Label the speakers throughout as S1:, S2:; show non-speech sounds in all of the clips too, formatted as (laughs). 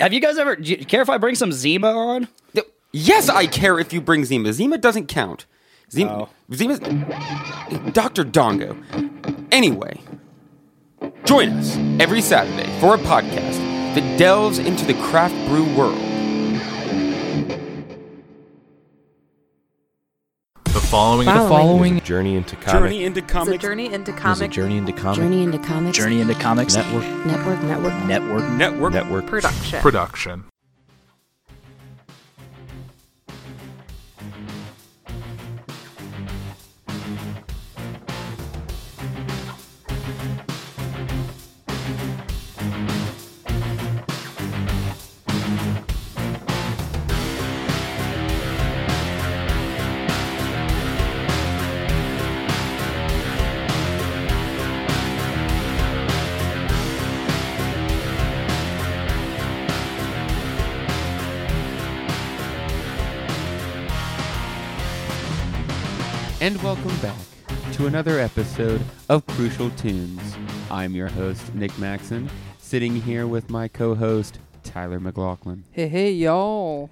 S1: have you guys ever, do you care if I bring some Zima on?
S2: Th- Yes, I care if you bring Zima. Zima doesn't count. Zima,
S1: Oh.
S2: Zima's Doctor Dongo. Anyway, join us every Saturday for a podcast that delves into the craft brew world.
S3: The following
S4: The following
S5: Journey into comic.
S6: Journey into
S7: It's a
S6: comics
S7: journey into
S8: There's a
S7: comic
S8: journey into comic
S9: Journey into comics.
S8: Journey into comics network
S9: Network. Network.
S8: network
S6: network.
S8: network.
S7: production.
S3: production.
S10: And welcome back to another episode of Crucial Tunes. I'm your host, Nick Maxon, sitting here with my co host, Tyler McLaughlin.
S4: Hey, hey, y'all.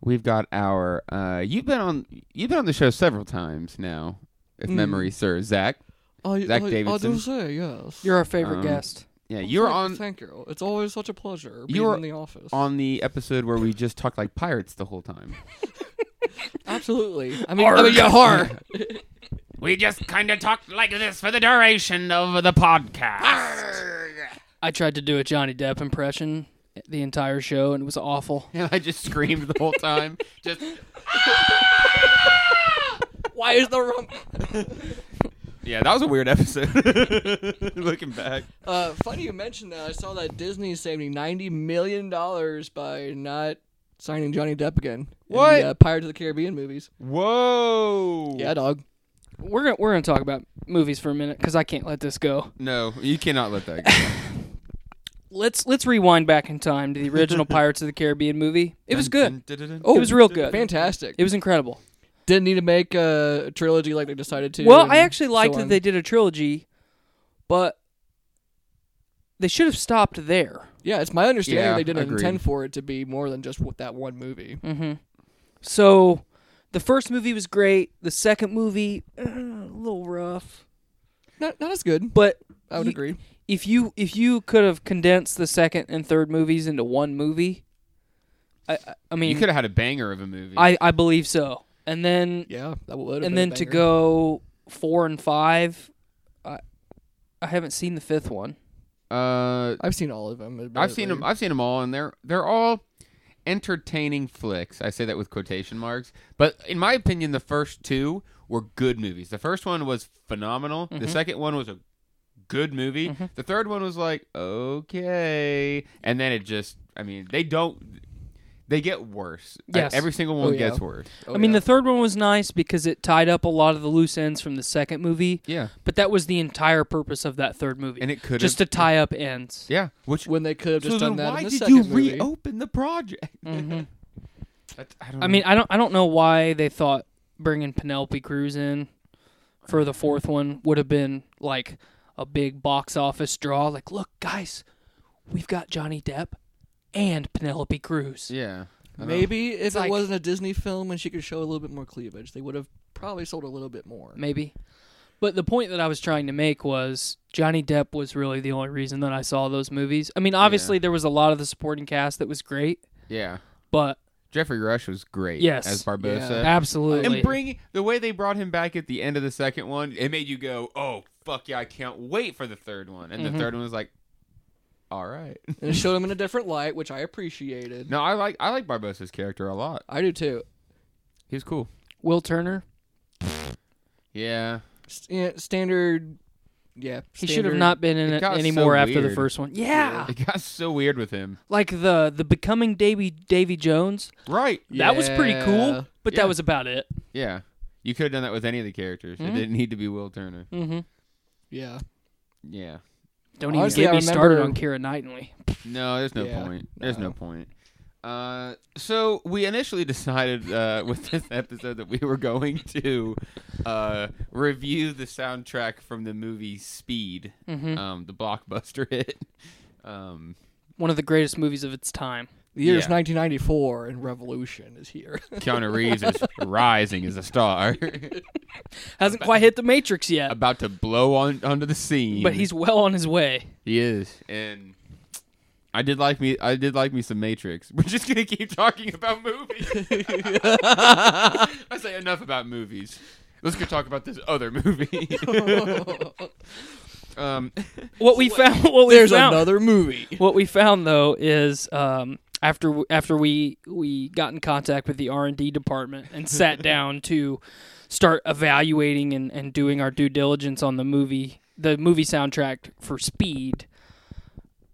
S10: We've got our uh, you've been on you've been on the show several times now, if
S4: Mm.
S10: memory serves. Zach.
S11: I,
S10: Zach
S11: I, I
S10: Davidson.
S11: do say yes.
S4: You're our favorite
S10: Um,
S4: guest.
S10: Yeah,
S11: Well,
S10: you were
S11: thank-
S10: on
S11: Thank you. It's always such a pleasure
S10: You
S11: being
S10: were
S11: in the office.
S10: on the episode where we just talked like pirates the whole time.
S11: Absolutely. I mean, I mean, yeah, har.
S4: We just kind of talked like this for the duration of the podcast.
S12: (laughs) I tried to do a Johnny Depp impression the entire show, and it was awful.
S10: and (laughs) I just screamed the
S4: (laughs)
S10: whole time. Just
S11: Why is the rum?
S10: yeah, that was a weird episode. (laughs) Looking back,
S11: Uh, funny you mentioned that. I saw that Disney saving ninety million dollars by not signing Johnny Depp again. In
S10: What?
S11: the, uh, Pirates of the Caribbean movies.
S10: whoa.
S11: Yeah, dog.
S12: We're gonna we're gonna talk about movies for a minute because I can't let this go.
S10: No, you cannot let that go.
S12: Let's let's rewind back in time to the
S11: (laughs)
S12: original Pirates of the Caribbean movie. It was good.
S11: Oh,
S12: It was real good.
S11: Fantastic.
S12: It was incredible.
S11: Didn't need to make uh, a trilogy like they decided to.
S12: Well,
S11: and
S12: I actually
S11: so
S12: liked that
S11: on.
S12: they did a trilogy, but they should have stopped there.
S11: Yeah, it's my understanding
S10: Yeah,
S11: they didn't
S10: agreed.
S11: intend for it to be more than just with that one movie.
S12: Mm-hmm. So, the first movie was great. The second movie, uh, a little rough,
S11: Not not as good.
S12: but
S11: I would
S12: you-
S11: agree.
S12: if you if you could have condensed the second and third movies into one movie, I I- I
S10: you
S12: mean
S10: could have had a banger of a movie.
S12: I I believe so. And then
S11: Yeah, that would.
S12: and then to go four and five, I I haven't seen the fifth one.
S10: uh,
S11: I've seen all of them.
S10: I've seen
S11: admittedly.
S10: them. I've seen them all, and they're they're all entertaining flicks. I say that with quotation marks, but in my opinion, the first two were good movies. The first one was phenomenal.
S11: Mm-hmm.
S10: The second one was a good movie. The third one was like okay, and then it just. I mean, they don't. They get worse. Like,
S12: Yes.
S10: every single
S11: Oh,
S10: one
S11: yeah.
S10: gets worse.
S11: Oh,
S12: I mean,
S11: yeah.
S12: the third one was nice because it tied up a lot of the loose ends from the second movie.
S10: Yeah.
S12: But that was the entire purpose of that third movie,
S10: And it could've-
S12: just to tie up ends.
S10: Yeah, which
S11: when they could have just
S10: so
S11: done
S10: then
S11: that
S10: why
S11: in the
S10: did
S11: second
S10: you
S11: movie.
S10: reopen the project?
S12: Mhm.
S10: That's- I, don't
S12: I mean, I don't I don't know why they thought bringing Penelope Cruz in for the fourth one would have been like a big box office draw. Like, look, guys, we've got Johnny Depp and Penelope Cruz.
S10: yeah, I don't know.
S11: Maybe if
S12: It's
S11: it
S12: like-
S11: wasn't a Disney film and she could show a little bit more cleavage, they would have probably sold a little
S12: (laughs)
S11: bit more.
S12: maybe. But the point that I was trying to make was Johnny Depp was really the only reason that I saw those movies. I mean, obviously there was a lot of the supporting cast that was great,
S10: Yeah,
S12: but
S10: Jeffrey Rush was great.
S12: Yes.
S10: as Barbosa.
S11: Yeah.
S12: absolutely,
S10: And bring the way they brought him back at the end of the second one, it made you go, "Oh fuck yeah, I can't wait for the third one."
S12: Mm-hmm.
S10: And the third one was like, "All right." (laughs)
S11: And it showed him in a different light, which I appreciated.
S10: no, I like I like Barbosa's character a lot.
S11: I do too.
S10: He's cool.
S12: Will Turner.
S10: Yeah,
S11: St- standard
S2: yeah.
S12: He should have
S2: standard-
S12: not been in
S11: It
S12: it,
S11: got so
S12: anymore after the
S11: weird.
S12: first one. Yeah.
S11: It got so weird with him.
S12: Like the the becoming Davy Davy Jones.
S11: Right.
S12: That was pretty
S2: Yeah.
S12: cool, but
S11: Yeah.
S12: that was about it.
S11: Yeah. You could have done that with any of the characters. It didn't need to be Will Turner.
S12: Mm-hmm.
S2: Yeah.
S11: Mm-hmm. Yeah.
S12: Don't
S2: Honestly,
S12: even
S2: I
S12: get me started on
S2: remember-
S12: Kira Knightley.
S11: No, there's no
S2: Yeah,
S11: point. There's no point. Uh, so we initially (laughs) decided uh, with this episode that we were going to uh, review the soundtrack from the movie Speed,
S2: Mm-hmm.
S11: um, the blockbuster (laughs) hit. Um,
S12: One of the greatest movies of its time.
S2: The year's
S11: Yeah.
S2: 1994 and Revolution is here.
S11: Keanu
S2: (laughs)
S11: Reeves is rising as a star, (laughs)
S12: Hasn't quite hit the Matrix yet,
S11: about to blow on onto the scene.
S12: but he's well on his way.
S11: he is, and I did like me. I did like me some Matrix. (laughs) We're just gonna keep talking about (laughs) movies. I say enough about movies. Let's go talk about this other movie. (laughs) um,
S12: What we found, (laughs) what
S2: (laughs)
S12: we
S2: There's
S12: found,
S2: another movie.
S12: what we found though is um, after after we we got in contact with the R and D department (laughs) and sat down to start evaluating and, and doing our due diligence on the movie the movie soundtrack for Speed.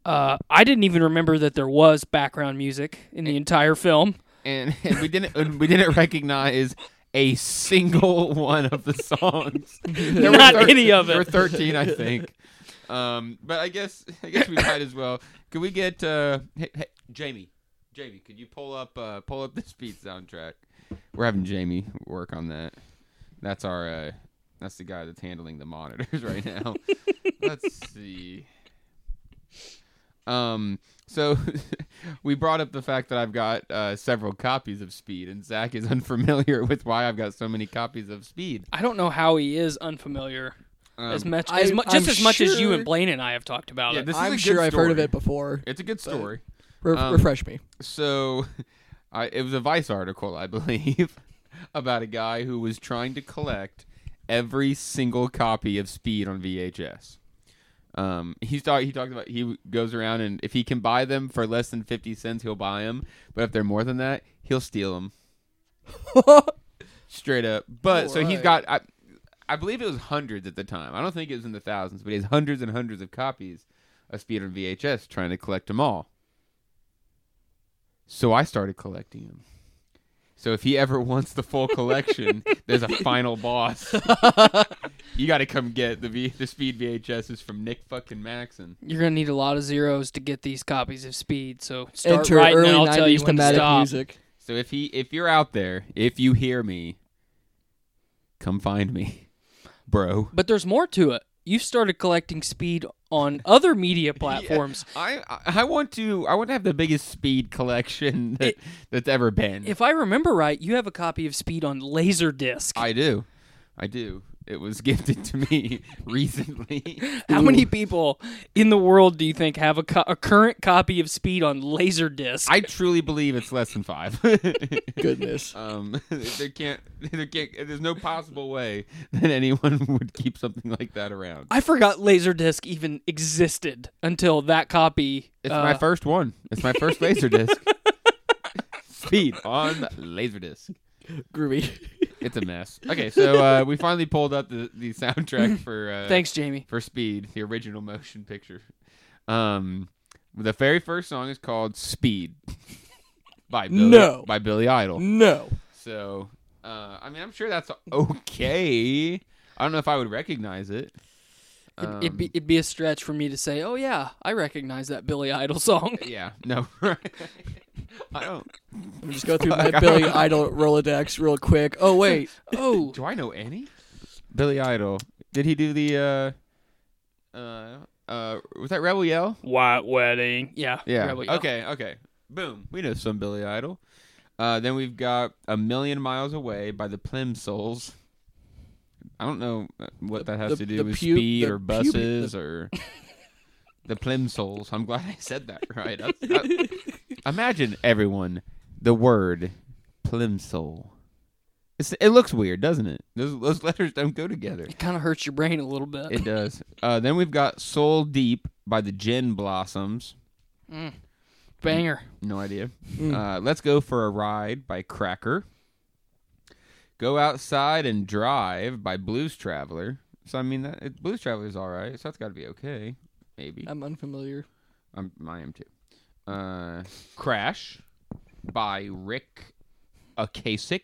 S12: Uh, I didn't even remember that there was background music in the entire film.
S11: and, and we didn't and we didn't recognize a single one of
S12: (laughs)
S11: the songs. There
S12: Not
S11: thir-
S12: any of
S11: There were
S12: it.
S11: thirteen, I think. Um, but I guess I guess we might as well. Could we get uh, hey, hey, Jamie? Jamie, could you pull up uh, pull up the speed soundtrack? We're having Jamie work on that. That's our uh, that's the guy that's handling the monitors (laughs) right now. Let's see. Um, so (laughs) we brought up the fact that I've got uh, several copies of Speed, and Zach is (laughs) unfamiliar with why I've got so many copies of Speed.
S12: I don't know how he is unfamiliar as
S11: Um,
S12: much
S2: I-
S12: as mu-
S2: I'm
S12: just as much as you
S2: sure-
S12: and Blaine and I have talked about
S11: yeah,
S12: it.
S11: this is a
S2: I'm
S11: good
S2: sure I've heard of
S11: story.
S2: it before.
S11: It's a good story.
S2: Re-
S11: um,
S2: refresh me.
S11: So, (laughs) I, it was a Vice article, I believe, (laughs) about a guy who was trying to collect every single copy of Speed on VHS. Um, he's talk, he talked about he goes around and if he can buy them for less than fifty cents, he'll buy them. But if they're more than that, he'll
S2: (laughs)
S11: steal them. Straight up. But so he's got.
S2: Alright.
S11: I, I believe it was hundreds at the time. I don't think it was in the thousands, but he has hundreds and hundreds of copies of Speed on VHS, trying to collect them all. So I started collecting them. So if he ever (laughs) wants the full collection, there's a final boss. you got to come get the v- the Speed VHSs from Nick fucking Maxon.
S12: You're gonna need a lot of zeros to get these copies of Speed. So start
S2: Enter
S12: right
S2: early
S12: now. I'll
S2: 90s
S12: tell you when to
S2: thematic
S12: stop.
S2: music.
S11: So if he if you're out there, if you hear me, come find me, (laughs) bro.
S12: But there's more to it. You've started collecting Speed on other
S11: (laughs)
S12: media platforms.
S11: I I- I want to I want to have the biggest Speed collection that,
S12: It-
S11: that's ever been.
S12: If I remember right, you have a copy of Speed on Laserdisc.
S11: I do, I do. It was (laughs) gifted to me recently.
S12: (laughs) How many people in the world do you think have a, co- a current copy of Speed on Laserdisc?
S11: I truly believe it's less than five. (laughs)
S2: Goodness.
S11: Um, (laughs) there can't, there can't, there's no possible way that anyone (laughs) would keep something like that around.
S12: I forgot Laserdisc even existed until that copy.
S11: It's
S12: uh,
S11: my first one. It's my first Laserdisc.
S12: (laughs)
S11: Speed on Laserdisc.
S2: Groovy.
S11: It's a mess. Okay, so uh, we finally pulled up the, the
S12: (laughs)
S11: soundtrack for uh,
S12: Thanks, Jamie.
S11: for Speed, the original motion picture. Um, the very first song is called Speed by Billy,
S2: No.
S11: by Billy Idol.
S2: no.
S11: So, uh, I mean, I'm sure that's okay. I don't know if I would recognize it.
S12: It- it'd,
S11: um,
S12: be, it'd be a stretch for me to say, oh, yeah, I recognize that Billy Idol (laughs) song.
S11: Yeah, no, (laughs) right. I don't.
S2: Let me just go through
S11: Fuck, I
S2: my Billy
S11: don't-
S2: Idol Rolodex real quick. Oh wait,
S12: Oh,
S11: Do (laughs) I know any? Billy Idol. Did he do the? uh Uh, uh was that Rebel Yell?
S12: White Wedding. Yeah.
S11: Yeah.
S12: Rebel Yell.
S11: Okay. Okay. Boom. We know some Billy Idol. Uh, then we've got A Million Miles Away by the Plimsolls. I don't know uh, what that has
S2: the-
S11: to do
S2: the
S11: with
S2: pu-
S11: speed
S2: the
S11: or
S2: pubi-
S11: buses or (laughs) the Plimsolls. I'm glad (laughs) I said that right. That's- that- imagine everyone the word Plimsoll. It's, it looks weird, doesn't it? Those, those letters don't go together.
S12: It kind of hurts your brain a little bit.
S11: It does. Uh, then we've got Soul Deep by the Gin Blossoms.
S12: Banger.
S11: No idea.
S2: Mm.
S11: Uh, let's go for a ride by Cracker. Go outside and drive by Blues Traveler. So I mean, that it, Blues Traveler's all right. So that's got to be okay. Maybe
S2: I'm unfamiliar.
S11: I'm I am too. Uh, Crash by Rick Akasik.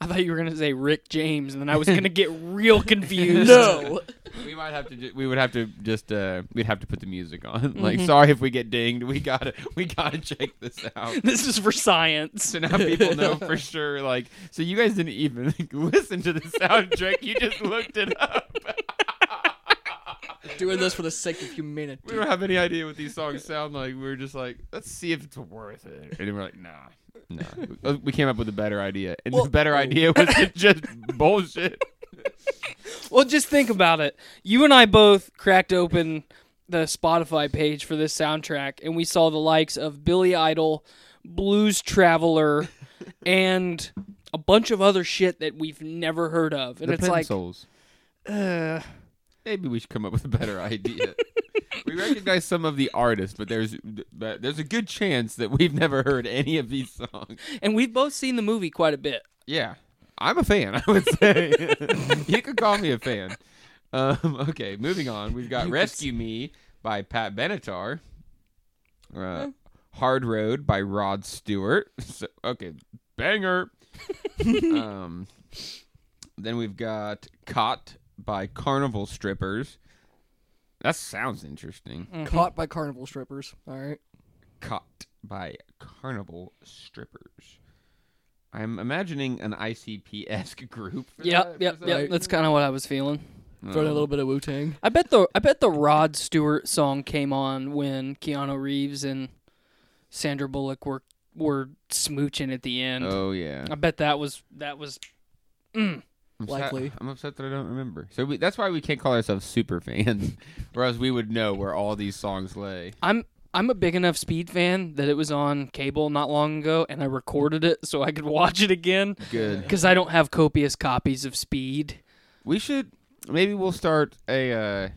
S12: I thought you were gonna say Rick James, and then I was gonna get real (laughs) confused.
S11: (laughs) We might have to. Ju- we would have to just. Uh, we'd have to put the music on. (laughs) Like,
S2: Mm-hmm.
S11: sorry if we get dinged. We gotta. We gotta check this out.
S12: this is for science.
S11: So now
S2: (laughs)
S11: people know for sure. Like, so you guys didn't even (laughs) listen to the soundtrack. You just looked it up.
S2: (laughs) Doing this for the sake of humanity.
S11: We don't have any idea what these songs sound like. We were just like, let's see if it's worth it. And we were like, nah. Nah.
S2: (laughs)
S11: Uh, We came up with a better idea. And the
S2: oh.
S11: better idea was to just bullshit.
S12: Well, just think about it. You and I both cracked open the Spotify page for this soundtrack, and we saw the likes of Billy Idol, Blues (laughs) Traveler, and a bunch of other shit that we've never heard of. And it's like, uh,
S11: pencils. Maybe we should come up with a
S12: (laughs)
S11: better idea. we recognize some of the artists, but there's but there's a good chance that we've never heard any of these songs.
S12: and we've both seen the movie quite a bit.
S11: Yeah. I'm a fan, I would say. (laughs) you could call me a fan. Um, okay, moving on. We've got Rescue Me by Pat Benatar. Uh, Hard Road by Rod Stewart. (laughs) So, okay, banger.
S2: (laughs)
S11: um, then we've got Caught by Carnival Strippers. That sounds interesting.
S12: Mm-hmm.
S2: Caught by carnival strippers. All right.
S11: Caught by Carnival Strippers. I'm imagining an ICP esque (laughs) group. for
S12: Yep,
S11: that-
S12: yep,
S11: for that.
S12: yep. That's kind of what I was feeling.
S2: Throwing
S11: Uh,
S2: a little bit of Wu Tang.
S12: I bet the I bet the Rod Stewart song came on when Keanu Reeves and Sandra Bullock were were smooching at the end.
S11: Oh yeah,
S12: I bet that was that was
S11: I'm
S2: Likely.
S11: I'm upset that I don't remember. So we, that's why we can't call ourselves super fans, whereas we would know where all these songs lay.
S12: I'm I'm a big enough speed fan that it was on cable not long ago and I recorded it so I could (laughs) watch it again
S11: Good.
S12: cuz I don't have copious copies of Speed
S11: We should maybe we'll start a uh,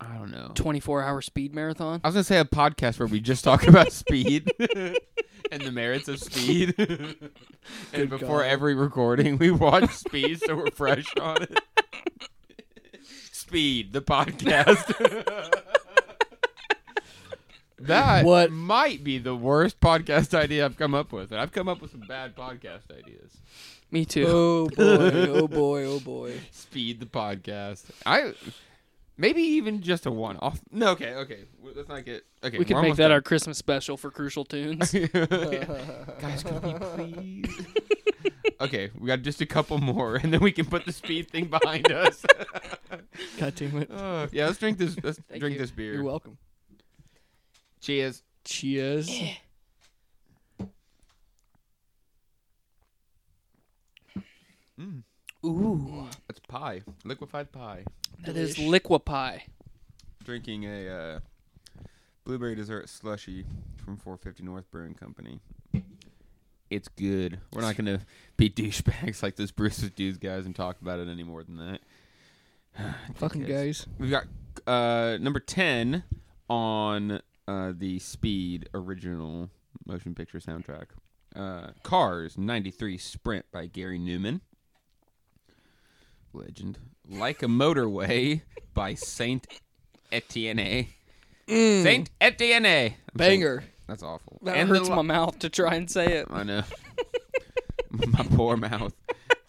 S11: I don't know. Uh,
S12: 24-hour speed marathon.
S11: I was gonna say a podcast where we just talk (laughs) about speed and the merits of speed, (laughs) and before
S2: God.
S11: every recording we watch speed so we're fresh on it. speed the podcast. (laughs) that
S2: What-
S11: might be the worst podcast idea I've come up with, and I've come up with some bad podcast ideas.
S12: Me too.
S2: Oh boy.
S11: (laughs)
S2: Oh boy. Oh boy.
S11: Speed the podcast. I maybe even just a one-off. No, okay, okay. Let's not get okay.
S12: we could
S11: we're
S12: make
S11: almost
S12: that
S11: done.
S12: our Christmas special for Crucial Tunes.
S11: Guys, could we please? okay, we got just a couple more, and then we can put the speed thing behind us.
S2: God damn it.
S11: Uh, yeah, let's drink this. Let's drink
S12: you.
S11: this beer.
S2: You're welcome.
S11: Cheers.
S2: Cheers.
S12: Ooh,
S11: Mm. That's pie, liquefied pie.
S12: that is liqua pie.
S11: Drinking a uh, blueberry dessert slushy from 450 North Brewing Company. It's good. We're not gonna be (laughs) douchebags like those Brewster's dudes guys and talk about it any more than that.
S2: (sighs) Fucking
S11: Dickheads.
S2: guys.
S11: We've got uh, number 10 on uh, the Speed original motion picture soundtrack. Uh, Cars 93 Sprint by Gary Newman. Legend. Like a Motorway by Saint Etienne. Saint Etienne. I'm saying-
S2: Banger.
S11: that's awful.
S12: That
S11: And the
S12: hurts
S11: li-
S12: my mouth to try and say it.
S11: I know. my poor mouth.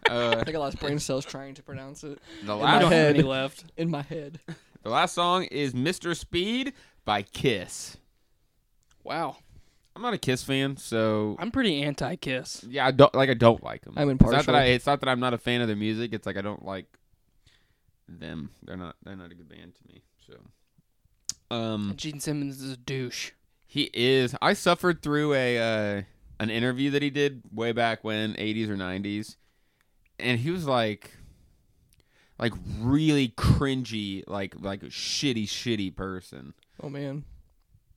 S11: Uh,
S2: I think I lost brain cells trying to pronounce it
S11: the
S12: I
S2: My
S12: don't
S11: last
S12: have
S2: head.
S12: any left.
S2: (laughs) in my head.
S11: the last song is Mr. Speed by Kiss.
S12: Wow.
S11: I'm not a Kiss fan, so
S12: I'm pretty anti-kiss.
S11: yeah, I don't like. I don't like them.
S2: I'm
S11: It's not
S2: impartial.
S11: that I. It's not that I'm not a fan of their music. It's like I don't like them. They're not. They're not a good band to me. So, um,
S12: Gene Simmons is a douche.
S11: he is. I suffered through a uh, an interview that he did way back when, 80s or 90s, and he was like, like really cringy, like like a shitty, shitty person.
S2: Oh man.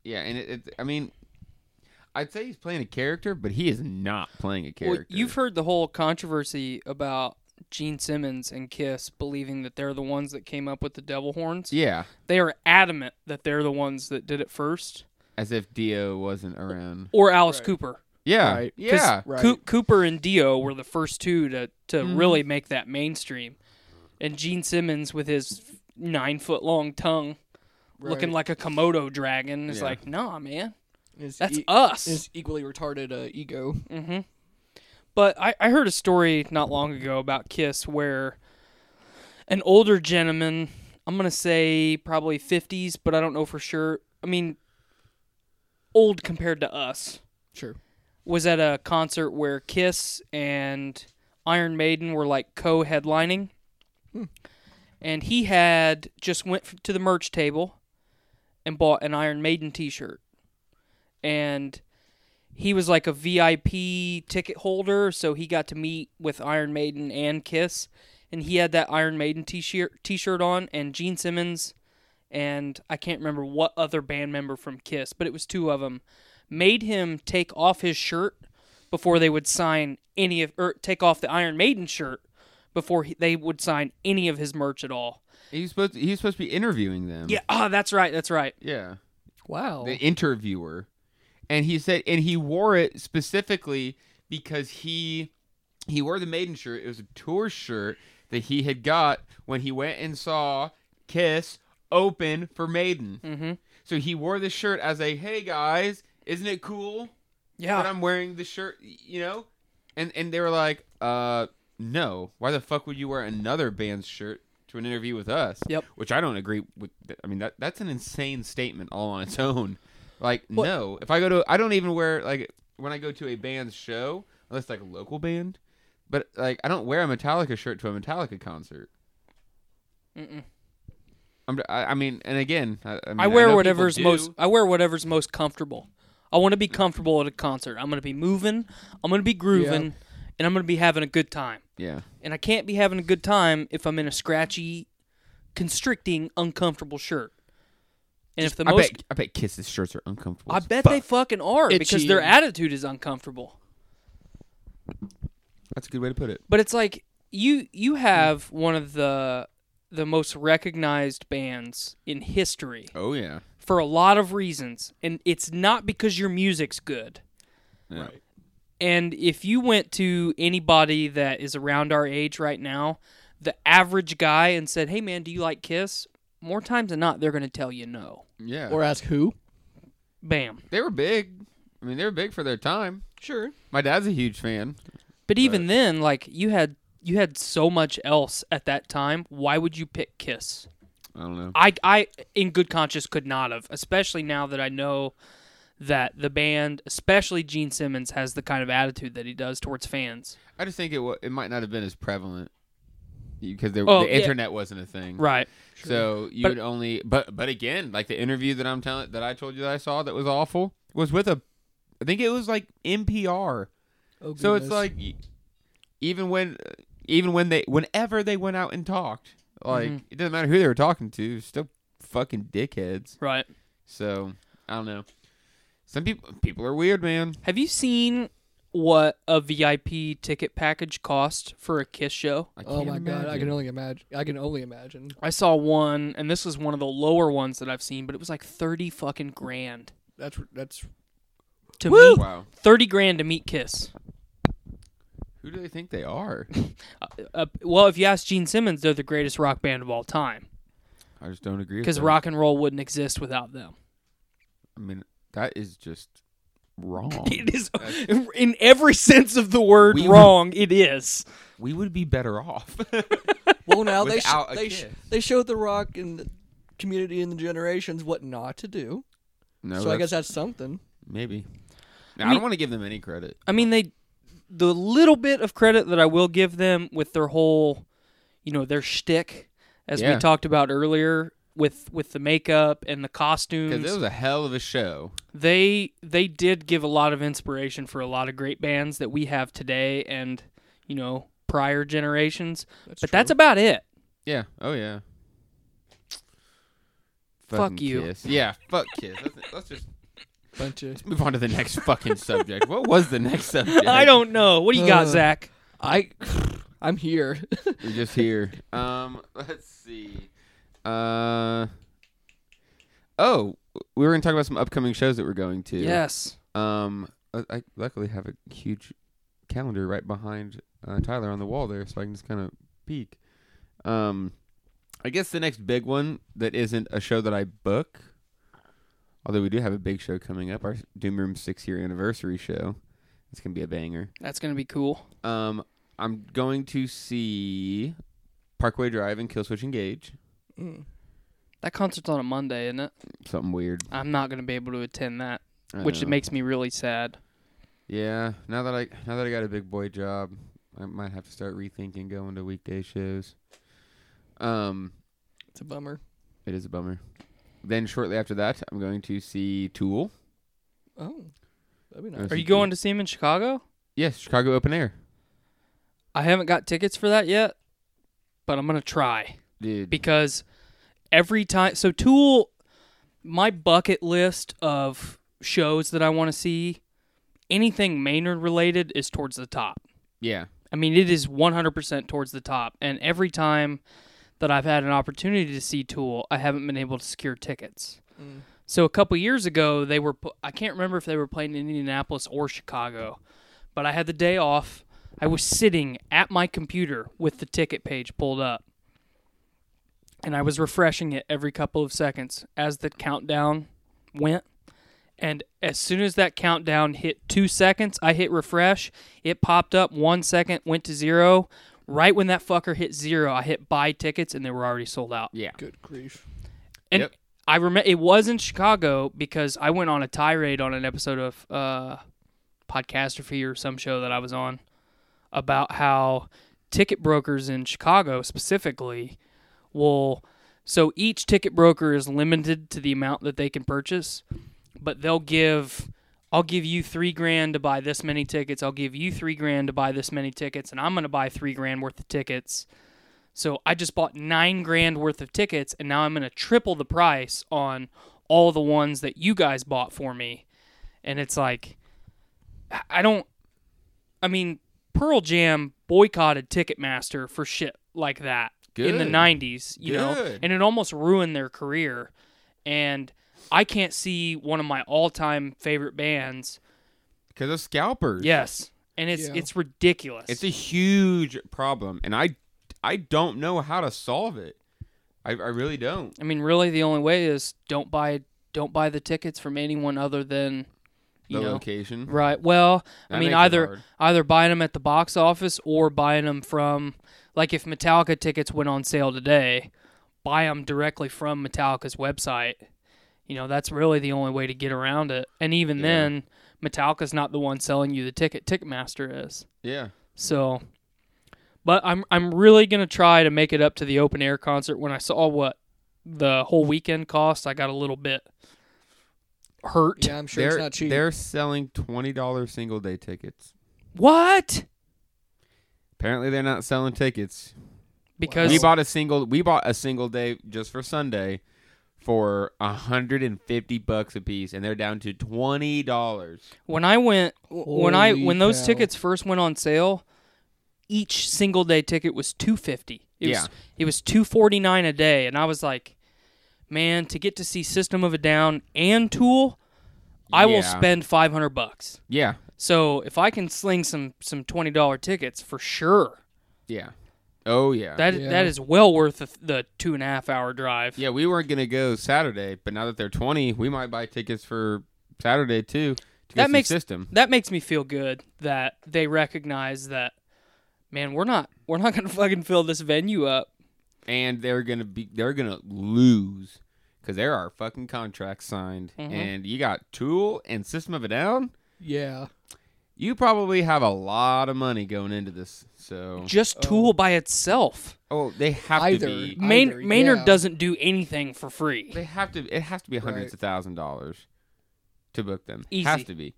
S11: Yeah, and it, it I mean, I'd say he's playing a character, but he is not playing a
S12: Well,
S11: character.
S12: you've heard the whole controversy about Gene Simmons and Kiss believing that they're the ones that came up with the devil horns.
S11: yeah,
S12: They are adamant that they're the ones that did it first,
S11: as if Dio wasn't around.
S12: or Alice Cooper.
S11: Yeah,
S2: Right.
S11: yeah.
S2: Right. Mm-hmm.
S12: Coo- Cooper and Dio were the first two to, to really make that mainstream. and Gene Simmons with his nine foot long tongue, looking like a Komodo dragon, is
S2: Yeah.
S12: like, nah, man,
S11: It's
S12: that's
S11: e-
S12: us.
S11: It's equally retarded uh, ego.
S12: But I, I heard a story not long ago about Kiss where an older gentleman, I'm going to say probably 50s, but I don't know for sure. I mean, old compared to us,
S11: Sure.
S12: was at a concert where Kiss and Iron Maiden were like co headlining. And he had just went f- to the merch table and bought an Iron Maiden t shirt. And he was like a VIP ticket holder, so he got to meet with Iron Maiden and Kiss, and he had that Iron Maiden t-shirt t-shirt on, and Gene Simmons, and I can't remember what other band member from Kiss, but it was two of them, made him take off his shirt before they would sign any of or take off the Iron Maiden shirt before he, they would sign any of his merch at all.
S2: He was supposed to, he was supposed to be interviewing them.
S12: Yeah, ah, that's right, that's right.
S2: Yeah.
S12: Wow.
S2: the interviewer and he said and he wore it specifically because he he wore the maiden shirt it was a tour shirt that he had got when he went and saw kiss open for maiden mm-hmm. so he wore this shirt as a hey guys isn't it cool
S12: yeah.
S2: that i'm wearing the shirt you know and and they were like uh no why the fuck would you wear another band's shirt to an interview with us
S12: Yep.
S2: which i don't agree with i mean that that's an insane statement all on its own like no if i go to i don't even wear like when i go to a band's show unless like a local band but like i don't wear a metallica shirt to a metallica concert Mm-mm. I'm, I, I mean and again i, I, mean,
S12: I
S2: I know
S12: wear
S2: people
S12: whatever's
S2: do.
S12: most. I wear whatever's most comfortable. I want to be comfortable at a concert. I'm going to be moving. I'm going to be grooving, and I'm going to be having a good time.
S2: yeah
S12: And I can't be having a good time if I'm in a scratchy, constricting, uncomfortable shirt. And if the
S2: I
S12: most,
S2: bet, I bet Kiss's shirts are uncomfortable.
S12: I
S2: as
S12: bet
S2: fuck.
S12: they fucking are because
S11: Itchy.
S12: their attitude is uncomfortable.
S2: That's a good way to put it.
S12: But it's like you you have one of the the most recognized bands in history
S2: Oh yeah.
S12: for a lot of reasons, and it's not because your music's good.
S2: Right.
S12: And if you went to anybody that is around our age right now, the average guy, and said, "Hey, man, do you like Kiss?" More times than not, they're going to tell you no.
S2: Yeah.
S11: Or ask who?
S12: Bam.
S2: they were big. I mean, they were big for their time.
S11: Sure.
S2: My dad's a huge fan.
S12: But even then, like you had you had so much else at that time. Why would you pick Kiss?
S2: I don't know.
S12: I I in good conscience could not have, especially now that I know that the band, especially Gene Simmons, has the kind of attitude that he does towards fans.
S2: I just think it wa- it might not have been as prevalent because there,
S12: Oh,
S2: the
S12: yeah.
S2: internet wasn't a thing.
S12: Right.
S2: So you
S12: But-
S2: would only but but again, like the interview that I'm telling that I told you that I saw that was awful was with a I think it was like NPR.
S11: Oh,
S2: So it's
S11: goodness.
S2: like e- even when uh, even when they whenever they went out and talked, like it doesn't matter who they were talking to, still fucking dickheads.
S12: Right.
S2: So I don't know. Some people people are weird, man.
S12: Have you seen what a VIP ticket package cost for a Kiss show?
S2: I can't
S11: Oh my god, I
S2: imagine.
S11: can only imagine. I can only imagine.
S12: I saw one, and this was one of the lower ones that I've seen, but it was like thirty fucking grand
S11: That's that's
S12: to meet
S2: Wow.
S12: thirty grand to meet Kiss.
S2: Who do they think they are?
S12: Uh, well, if you ask Gene Simmons, they're the greatest rock band of all time
S2: I just don't agree. with
S12: because
S2: that.
S12: rock and roll wouldn't exist without them.
S2: I mean, that is just wrong.
S12: (laughs) It is in every sense of the word
S2: We-
S12: wrong. It is.
S2: we would be better off.
S11: well now they sh-
S2: Without a
S11: they, sh-
S2: kiss.
S11: they showed the rock and the community and the generations what not to do.
S2: no,
S11: so I guess that's something.
S2: maybe. No, I don't want to give them any credit.
S12: I mean, they the little bit of credit that I will give them with their whole, you know, their shtick, as
S2: Yeah.
S12: we talked about earlier, with with the makeup and the
S2: Because
S12: costumes,
S2: it was a hell of a show.
S12: they they did give a lot of inspiration for a lot of great bands that we have today and you know prior generations. but that's about it.
S2: Yeah. Oh yeah.
S12: Fuck
S2: Fucking
S12: you.
S2: Kiss. Yeah. Fuck kiss. Let's, let's just
S11: Bunch
S2: (laughs)
S11: of
S2: move on to the next (laughs) fucking subject. What was the next subject?
S12: I don't know. What do you got,
S11: Uh,
S12: Zach?
S11: I (laughs) I'm here. (laughs)
S2: We're just here. Um, let's see. Uh, oh, we were gonna talk about some upcoming shows that we're going to.
S12: Yes.
S2: Um, I, I luckily have a huge calendar right behind uh, Tyler on the wall there, so I can just kind of peek. Um, I guess the next big one that isn't a show that I book, although we do have a big show coming up, our Doom Room six year anniversary show. It's gonna be a banger.
S12: That's gonna be cool.
S2: Um, I'm going to see Parkway Drive and Killswitch Engage.
S12: That concert's on a Monday, isn't it?
S2: Something weird. Um,
S12: I'm not gonna be able to attend that,
S2: I
S12: which
S2: know.
S12: makes me really sad.
S2: Yeah, now that I now that I got a big boy job, I might have to start rethinking going to weekday shows. Um,
S11: It's a bummer.
S2: it is a bummer. Then shortly after that, I'm going to see Tool.
S11: Oh, that'd be
S2: Uh,
S11: nice.
S12: Are you going to see him in Chicago?
S2: Yes, Chicago open air.
S12: I haven't got tickets for that yet, but I'm gonna try
S2: Dude,
S12: because every time. So Tool, my bucket list of shows that I want to see, anything Maynard related is towards the top.
S2: yeah,
S12: I mean, it is 100% towards the top. And every time that I've had an opportunity to see Tool, I haven't been able to secure tickets. So a couple years ago, they were, pu- I can't remember if they were playing in Indianapolis or Chicago, but I had the day off. I was sitting at my computer with the ticket page pulled up. And I was refreshing it every couple of seconds as the countdown went. And as soon as that countdown hit two seconds, I hit refresh. It popped up one second, went to zero. Right when that fucker hit zero, I hit buy tickets and they were already sold out.
S2: yeah.
S11: Good grief.
S12: And
S2: Yep.
S12: I remember it was in Chicago because I went on a tirade on an episode of uh, Podcastrophy or some show that I was on about how ticket brokers in Chicago specifically will. So each ticket broker is limited to the amount that they can purchase, but they'll give. I'll give you three grand to buy this many tickets. I'll give you three grand to buy this many tickets, and I'm going to buy three grand worth of tickets. So I just bought nine grand worth of tickets, and now I'm going to triple the price on all the ones that you guys bought for me. And it's like, I- I don't. I mean, Pearl Jam boycotted Ticketmaster for shit like that in the
S2: Good.
S12: 90s, you know,
S2: Good.
S12: and it almost ruined their career. And I can't see one of my all time favorite bands.
S2: Because of scalpers.
S12: Yes. And it's
S11: Yeah.
S12: it's ridiculous.
S2: It's a huge problem, and I, I don't know how to solve it. I, I really don't.
S12: I mean, really, the only way is don't buy don't buy the tickets from anyone other than
S2: The
S12: you know.
S2: location.
S12: Right. Well,
S2: That
S12: I mean,
S2: makes it
S12: either
S2: hard.
S12: either buying them at the box office or buying them from, like, if Metallica tickets went on sale today, buy them directly from Metallica's website. You know, that's really the only way to get around it. And even then, Metallica's not the one selling you the ticket. Ticketmaster is.
S2: Yeah.
S12: So, but I'm I'm really gonna try to make it up to the open air concert. When I saw what the whole weekend cost, I got a little bit hurt.
S11: Yeah, I'm sure it's
S2: they're,
S11: not cheap.
S2: They're selling twenty dollars single day tickets.
S12: What?
S2: Apparently, they're not selling tickets.
S12: Because
S2: We bought a single. We bought a single day just for Sunday for hundred and fifty bucks a piece, and they're down to twenty dollars.
S12: when I went when I
S11: Holy
S12: when those
S11: cow.
S12: tickets first went on sale, each single day ticket was two fifty. It
S2: Yeah.
S12: was it was two forty nine a day, and I was like, man, to get to see System of a Down and Tool, I will
S2: Yeah.
S12: spend five hundred bucks.
S2: Yeah,
S12: So if I can sling some some twenty dollar tickets for sure,
S2: yeah, oh yeah.
S12: that
S11: Yeah.
S12: that is well worth the, the two and a half hour drive.
S2: yeah, we weren't gonna go Saturday, but now that they're twenty, we might buy tickets for Saturday too. To get
S12: that
S2: some
S12: makes
S2: system.
S12: that makes me feel good that they recognize that. Man, we're not we're not gonna fucking fill this venue up.
S2: and they're gonna be they're gonna lose because there are fucking contracts signed,
S11: Mm-hmm.
S2: and you got Tool and System of a Down.
S11: yeah.
S2: You probably have a lot of money going into this, so
S12: Just Tool by itself.
S2: oh, they have
S11: Either.
S2: to be.
S12: Main,
S11: Either,
S12: Maynard
S11: yeah.
S12: doesn't do anything for free.
S2: They have to. It has to be hundreds
S11: Right.
S2: of thousand dollars to book them.
S12: Easy.
S2: Has to be.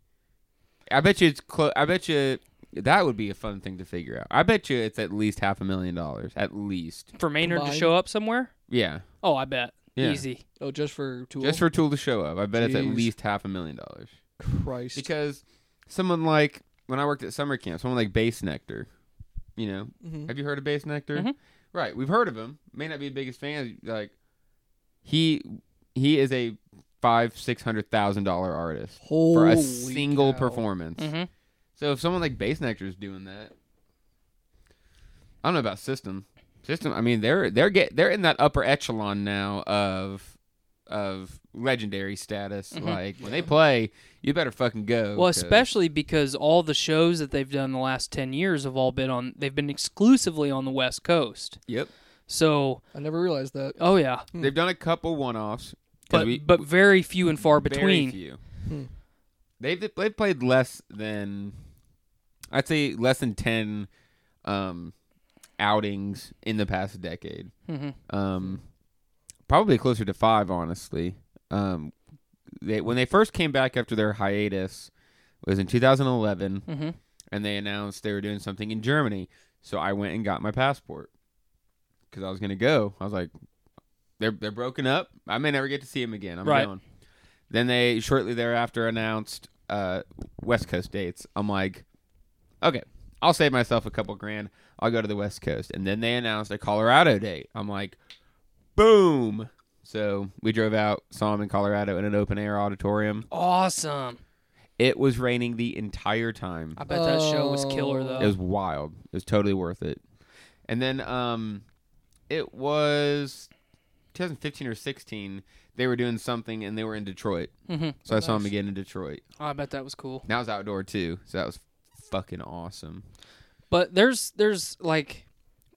S2: I bet you it's close. I bet you that would be a fun thing to figure out. I bet you it's at least half a million dollars, at least.
S12: For Maynard to
S11: Combined?
S12: show up somewhere?
S2: Yeah,
S12: Oh, I bet.
S2: Yeah.
S12: Easy.
S11: Oh, just for Tool.
S2: just for Tool to show up. I bet it's at
S11: Jeez.
S2: least half a million dollars.
S11: Christ.
S2: Because someone like when I worked at summer camp, someone like Bass Nectar, you know,
S11: Mm-hmm.
S2: have you heard of Bass Nectar? Right, we've heard of him. May not be the biggest fan. Like he he is a five six hundred thousand dollar artist for a
S11: Holy
S2: single
S11: cow. Mm-hmm.
S2: performance.
S12: Mhm.
S2: So if someone like Bass Nectar is doing that, I don't know about System. system. I mean, they're they're get they're in that upper echelon now of of legendary status. Like when they play, you better fucking go.
S12: Mm-hmm. Well,
S2: 'cause-
S12: especially because all the shows that they've done in the last 10 years have all been on, they've been exclusively on the West Coast.
S2: Yep,
S12: So,
S11: I never realized that.
S12: oh yeah.
S2: they've done a couple one-offs, 'cause
S12: But,
S2: we-
S12: but very few and far
S2: very
S12: between. Hmm.
S2: few. They've they've played less than I'd say less than ten um, outings in the past decade.
S12: Mm-hmm.
S2: Um, probably closer to five, honestly. Um, they when they first came back after their hiatus was in 2011,
S12: Mm-hmm.
S2: and they announced they were doing something in Germany. So I went and got my passport because I was gonna go. I was like, they're they're broken up. I may never get to see him again. I'm
S12: Right.
S2: going. Then they shortly thereafter announced uh, West Coast dates. I'm like, okay, I'll save myself a couple grand. I'll go to the West Coast. And then they announced a Colorado date. I'm like, boom. So we drove out, saw him in Colorado in an open air auditorium.
S12: Awesome.
S2: It was raining the entire time.
S12: I bet that show was killer, though.
S2: It was wild. It was totally worth it. And then um, it was 2015 or 16. They were doing something and they were in Detroit. Mm-hmm. So I saw him again in Detroit.
S12: I bet that was cool.
S2: Now it's outdoor too. So that was fucking awesome.
S12: But there's there's like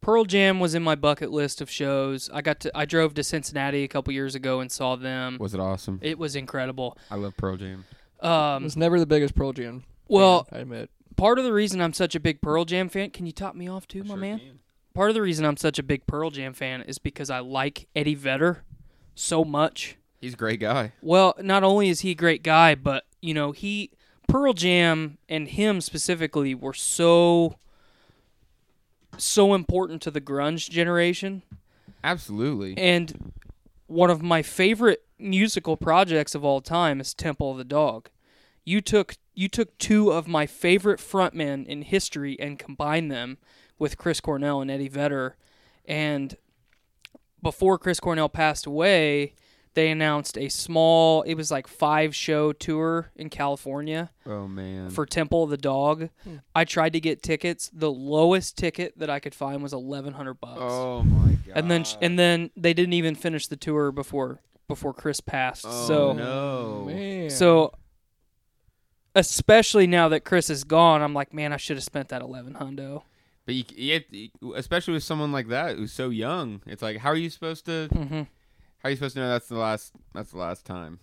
S12: Pearl Jam was in my bucket list of shows. I got to I drove to Cincinnati a couple years ago and saw them.
S2: Was it awesome?
S12: It was incredible.
S2: I love Pearl Jam.
S11: I
S12: Um,
S11: was never the biggest Pearl Jam.
S12: well,
S11: I admit.
S12: part of the reason I'm such a big Pearl Jam fan. Can you top me off too, my man? Part of the reason I'm such a big Pearl Jam fan is because I like Eddie Vedder so much.
S2: He's a great guy.
S12: Well, not only is he a great guy, but you know, he Pearl Jam and him specifically were so so important to the grunge generation.
S2: Absolutely.
S12: And one of my favorite musical projects of all time is Temple of the Dog. You took you took two of my favorite frontmen in history and combined them with Chris Cornell and Eddie Vedder. And before Chris Cornell passed away, they announced a small it was like five show tour in California
S2: oh man.
S12: for Temple of the Dog. I tried to get tickets. The lowest ticket that I could find was eleven hundred bucks
S2: oh my god.
S12: and then sh- and then they didn't even finish the tour before before Chris passed.
S2: Oh,
S12: so
S2: no.
S11: Man.
S12: so especially now that Chris is gone, I'm like, man, I should have spent that eleven hundo.
S2: But you, you, have to- especially with someone like that who's so young, it's like how are you supposed to? How are you supposed to know that's the last? That's the last time.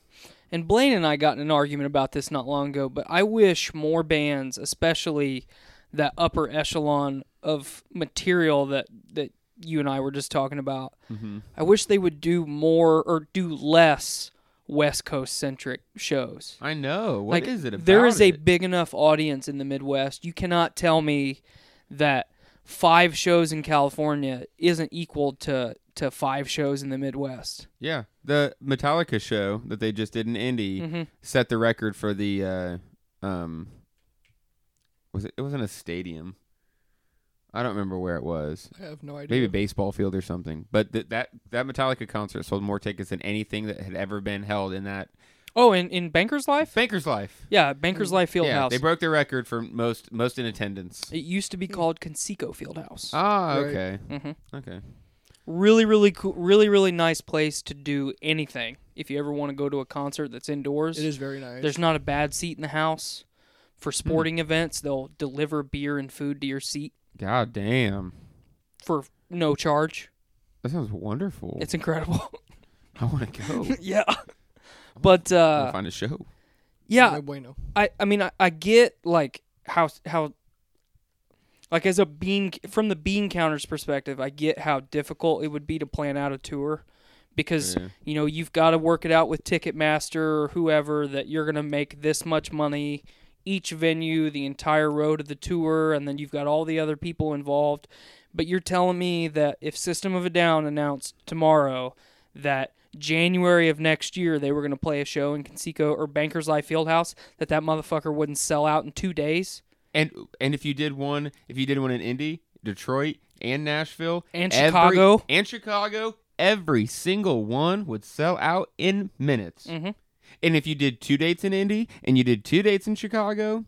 S12: And Blaine and I got in an argument about this not long ago, but I wish more bands, especially that upper echelon of material that that you and I were just talking about,
S2: Mm-hmm.
S12: I wish they would do more or do less West Coast centric shows.
S2: I know. What is it about?
S12: there is a
S2: it?
S12: big enough audience in the Midwest. You cannot tell me that five shows in California isn't equal to to five shows in the Midwest.
S2: yeah. The Metallica show that they just did in Indy set the record for the uh, um. Was it? It wasn't a stadium. I don't remember where it was.
S11: I have no idea.
S2: maybe a baseball field or something. But th- that that Metallica concert sold more tickets than anything that had ever been held in that
S12: Oh, in in Banker's Life?
S2: Banker's Life.
S12: Yeah,
S11: Mm.
S12: Banker's Life Fieldhouse.
S2: yeah,
S12: House.
S2: they broke their record for most most in attendance.
S12: it used to
S11: Mm.
S12: be called Conseco Fieldhouse.
S2: Ah,
S11: Right.
S2: okay, okay.
S12: really, really cool. Really, really nice place to do anything. If you ever want to go to a concert that's indoors,
S11: It is very nice.
S12: There's not a bad seat in the
S2: Hmm.
S12: house. For sporting events, they'll deliver beer and food to your seat
S2: God damn,
S12: for no charge.
S2: that sounds wonderful.
S12: It's incredible. (laughs)
S2: I want to go.
S12: yeah. But
S2: I'll
S12: uh,
S2: find a show.
S12: yeah,
S11: No bueno.
S12: I, I mean I, I get like how how like as a bean from the bean counters perspective, I get how difficult it would be to plan out a tour because you know you've got to work it out with Ticketmaster or whoever that you're gonna make this much money each venue, the entire road of the tour, and then you've got all the other people involved. But you're telling me that if System of a Down announced tomorrow that January of next year they were going to play a show in Conseco or Bankers Life Fieldhouse, that that motherfucker wouldn't sell out in two days.
S2: And and if you did one, if you did one in Indy, Detroit, and Nashville,
S12: And
S2: every-
S12: Chicago.
S2: and Chicago, every single one would sell out in minutes. Mm-hmm. And if you did two dates in Indy and you did two dates in Chicago,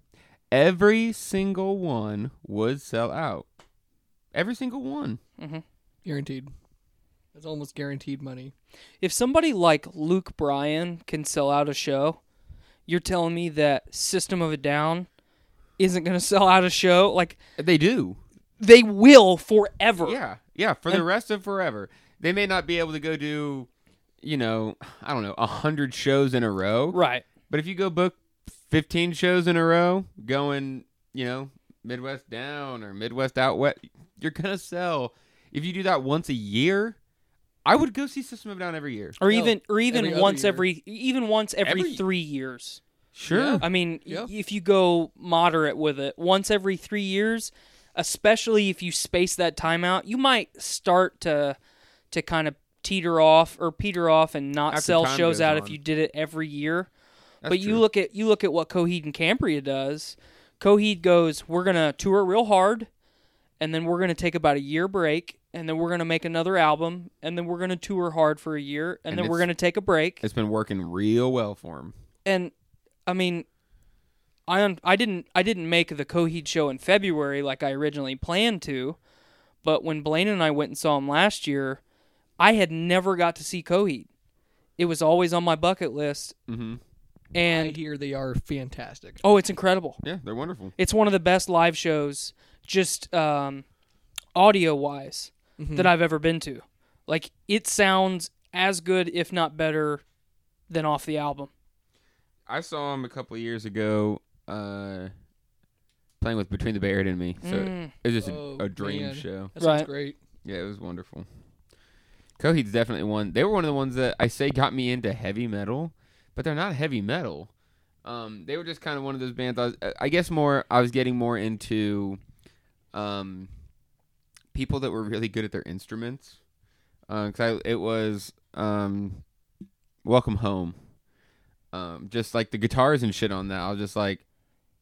S2: every single one would sell out. Every single one.
S11: Guaranteed. That's almost guaranteed money.
S12: If somebody like Luke Bryan can sell out a show, you're telling me that System of a Down isn't going to (laughs) sell out a show? Like
S10: They do.
S12: they will forever.
S10: Yeah, yeah, for the rest of forever. They may not be able to go do, you know, I don't know, a hundred shows in a row.
S12: Right.
S10: But if you go book fifteen shows in a row, going, you know, Midwest down or Midwest out west, you're gonna sell. If you do that once a year, I would go see System of a Down every year.
S12: Or
S11: No,
S12: even or even
S11: every other
S12: once
S11: year.
S12: every even once every,
S10: Every-
S12: 3 years.
S10: Sure.
S11: Yeah.
S12: I mean,
S11: Yeah.
S12: y if you go moderate with it, once every 3 years, especially if you space that time out, you might start to to kind of teeter off or peter off and not
S10: After
S12: sell
S10: time
S12: shows
S10: goes
S12: out if
S10: on.
S12: you did it every year.
S10: That's
S12: but you
S10: true.
S12: look at you look at what Coheed and Cambria does. Coheed goes, we're gonna tour real hard, and then we're gonna take about a year break, and then we're gonna make another album, and then we're gonna tour hard for a year, and,
S10: And
S12: then we're
S10: it's-
S12: gonna take a break.
S10: It's been working real well for him.
S12: And I mean, I un- I didn't I didn't make the Coheed show in February like I originally planned to, but when Blaine and I went and saw him last year, I had never got to see Coheed. It was always on my bucket list,
S10: Mm-hmm.
S11: I
S12: and
S11: hear they are fantastic.
S12: oh, it's incredible.
S10: Yeah, they're wonderful.
S12: it's one of the best live shows just um, audio wise
S10: Mm-hmm.
S12: that I've ever been to. Like it sounds as good, if not better, than off the album.
S10: I saw him a couple of years ago uh, playing with Between the Baird and Me. So
S12: Mm.
S10: it was just
S11: Oh,
S10: a, a dream
S11: man.
S10: show.
S11: That sounds
S12: Right.
S11: great.
S10: Yeah, it was wonderful. Coheed's definitely one. They were one of the ones that I say got me into heavy metal, but they're not heavy metal. Um, they were just kind of one of those bands. I, was, uh, I guess more. I was getting more into um, people that were really good at their instruments. Because I it was um, Welcome Home. Um, just like the guitars and shit on that, I was just like,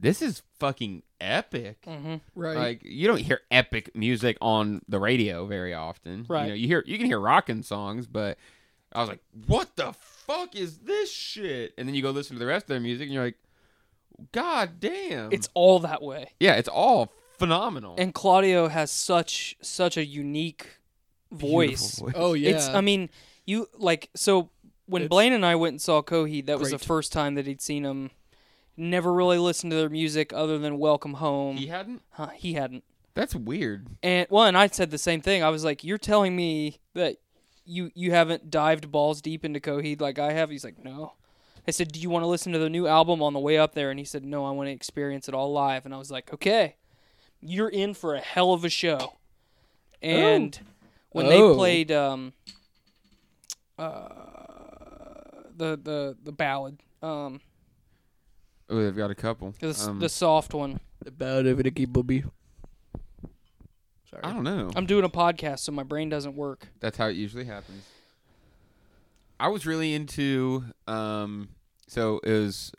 S10: this is fucking epic.
S12: Mm-hmm.
S11: Right.
S10: Like you don't hear epic music on the radio very often.
S12: Right.
S10: You know, you hear you can hear rockin' songs, but I was like, what the fuck is this shit? And then you go listen to the rest of their music and you're like, God damn.
S12: It's all that way.
S10: yeah, it's all phenomenal.
S12: And Claudio has such such a unique voice.
S10: Beautiful voice.
S11: (laughs) oh yeah.
S12: It's I mean, you like so when
S11: It's
S12: Blaine and I went and saw Coheed, that was the
S11: great.
S12: first time that he'd seen him. Never really listened to their music other than Welcome Home.
S10: He hadn't
S12: Huh, he hadn't.
S10: that's weird.
S12: And well, and I said the same thing. I was like, "You're telling me that you you haven't dived balls deep into Coheed like I have." He's like, "No." I said, "Do you want to listen to the new album on the way up there?" And he said, "No, I want to experience it all live." And I was like, "Okay, you're in for a hell of a show." And when
S11: Oh.
S12: they played um, uh, the the the ballad, um,
S10: Oh, they've got a couple.
S12: the, s
S10: Um,
S12: the soft one.
S11: about a Vicky Booby. Sorry.
S10: I don't know.
S12: I'm doing a podcast, so my brain doesn't work.
S10: That's how it usually happens. I was really into um so it was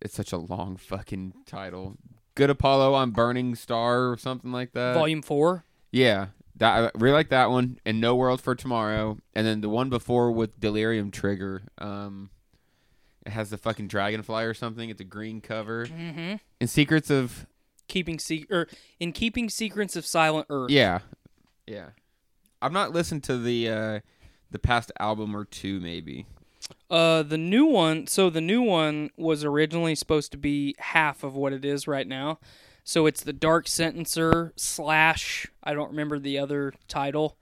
S10: it's such a long fucking title. Good Apollo on Burning Star or something like
S11: Uh,
S10: that.
S12: Volume four.
S10: Yeah. That I really like that one and No World for Tomorrow and then the one before with Delirium Trigger. Um it has the fucking dragonfly or something. It's a green cover.
S12: Mm-hmm.
S10: And Secrets of
S12: keeping se- or in keeping secrets of silent earth.
S10: Yeah. Yeah. I've not listened to the uh the past album or two maybe.
S12: Uh, the new one. So the new one was originally supposed to be half of what it is right now. So it's the Dark Sentencer slash I don't remember the other title,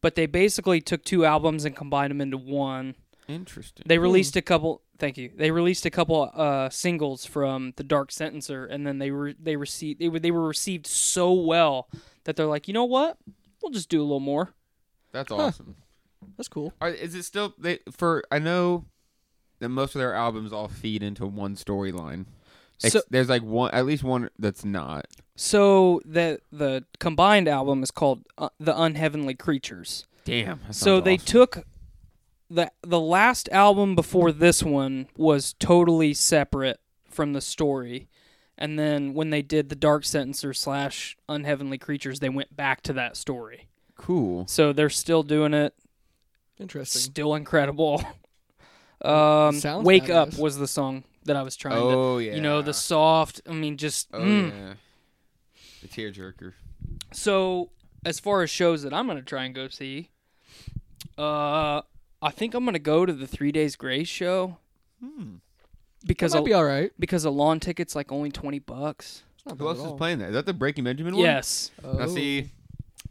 S12: but they basically took two albums and combined them into one.
S10: Interesting.
S12: They released a couple. Thank you. They released a couple uh, singles from the Dark Sentencer, and then they were they received they were they were received so well that they're like, you know what? We'll just do a little more.
S10: That's awesome.
S11: That's cool.
S10: Are, is it still they for? I know that most of their albums all feed into one storyline. Ex-
S12: So-
S10: there's like one, at least one that's not.
S12: So the the combined album is called uh, the Unheavenly Creatures.
S10: Damn.
S12: So they took the the last album before this one was totally separate from the story, and then when they did the Dark Sentencer slash Unheavenly Creatures, they went back to that story.
S10: cool.
S12: So they're still doing it,
S11: Interesting.
S12: still
S10: (laughs)
S12: incredible. (laughs) um,
S11: Sounds
S12: Wake
S11: badass.
S12: Up was the song that I was trying to.
S10: Oh yeah.
S12: You know the soft. I mean, just.
S10: Oh
S12: mm.
S10: yeah. The tearjerker.
S12: So as far as shows that I'm gonna try and go see, uh, I think I'm gonna go to the Three Days Grace show. Because
S11: might
S12: a,
S11: be all right.
S12: because a lawn ticket's like only twenty bucks.
S10: Who else is playing that? Is that the Breaking Benjamin one?
S12: Yes.
S10: Now see,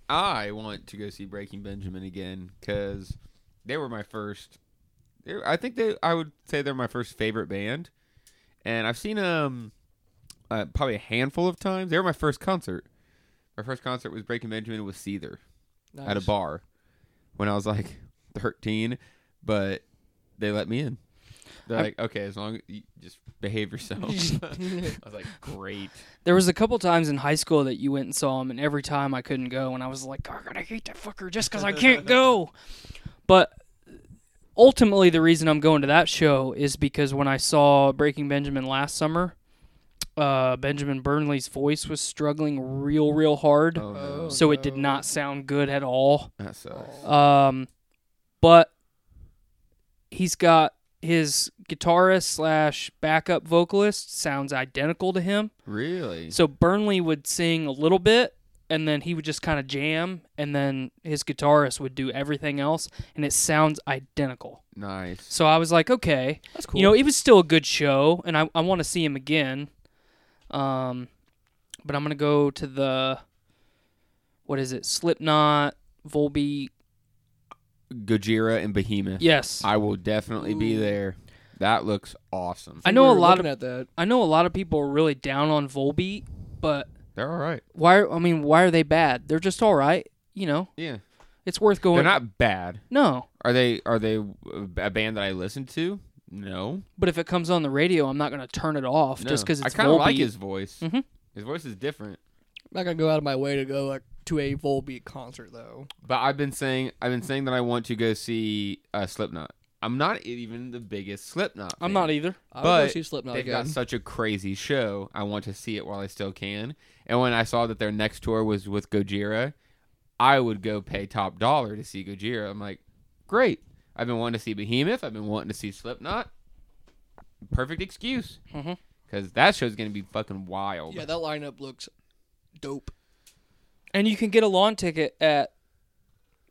S10: I want to go see Breaking Benjamin again because they were my first. they- I think they. I would say they're my first favorite band, and I've seen um uh, probably a handful of times. They were my first concert. My first concert was Breaking Benjamin with Seether at a bar when I was like thirteen, but they let me in. They're like, okay, as long as you just behave yourself. (laughs) I was like, great.
S12: There was a couple times in high school that you went and saw him, and every time I couldn't go, and I was like, "God, I hate that fucker just because I
S11: (laughs)
S12: can't go." But ultimately, the reason I'm going to that show is because when I saw Breaking Benjamin last summer, uh, Benjamin Burnley's voice was struggling real, real hard,
S10: Oh, no.
S11: Oh,
S12: so it did
S11: no.
S12: not sound good at all.
S10: that sucks.
S12: Um, but he's got his guitarist slash backup vocalist sounds identical to him.
S10: Really?
S12: So Burnley would sing a little bit, and then he would just kind of jam, and then his guitarist would do everything else, and it sounds identical.
S10: Nice.
S12: So I was like, okay,
S11: That's
S12: you know, it was still a good show, and I I want to see him again. Um, but I'm gonna go to the what is it? Slipknot, Volbeat.
S10: Gojira and Behemoth.
S12: Yes, I,
S10: I will definitely be there. That looks awesome.
S12: I know a
S11: we were
S12: lot
S11: looking
S12: of
S11: at that.
S12: I know a lot of people are really down on Volbeat, but
S10: They're all right.
S12: why? I mean, why are they bad? They're just all right. You know,
S10: Yeah.
S12: it's worth going.
S10: They're not bad.
S12: no.
S10: Are they are they a band that I listen to? No.
S12: But if it comes on the radio, I'm not going to turn it off just
S10: No.
S12: because it's
S10: I kind of like
S12: Volbeat.
S10: his voice.
S12: Mhm.
S10: His voice is different.
S11: I'm not gonna go out of my way to go like to a Volbeat concert though.
S10: But I've been saying I've been saying that I want to go see uh, Slipknot. I'm not even the biggest Slipknot.
S12: I'm
S10: fan.
S12: not either.
S11: I would
S10: But
S11: go see Slipknot
S10: They've
S11: again.
S10: got such a crazy show. I want to see it while I still can. And when I saw that their next tour was with Gojira, I would go pay top dollar to see Gojira. I'm like, great. I've been wanting to see Behemoth. I've been wanting to see Slipknot. Perfect excuse.
S12: Mhm.
S10: Because that show's going to be fucking wild.
S11: Mm-hmm. yeah, that lineup looks dope,
S12: And you can get a lawn ticket at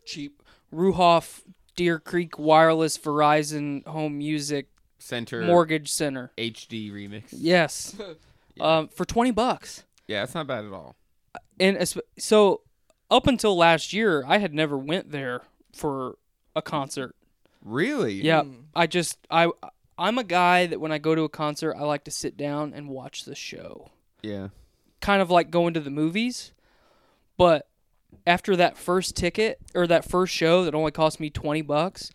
S11: cheap.
S12: Ruhoff Deer Creek Wireless Verizon Home Music
S10: Center
S12: Mortgage Center.
S10: HD remix. Yeah. (laughs)
S12: Yes, um, for twenty bucks.
S10: that's not bad at all.
S12: And as- so, up until last year, I had never went there for a concert.
S10: Really?
S12: Yeah, I just I I'm a guy that when I go to a concert, I like to sit down and watch the show.
S10: Yeah.
S12: kind of like going to the movies, but after that first ticket or that first show that only cost me 20 bucks,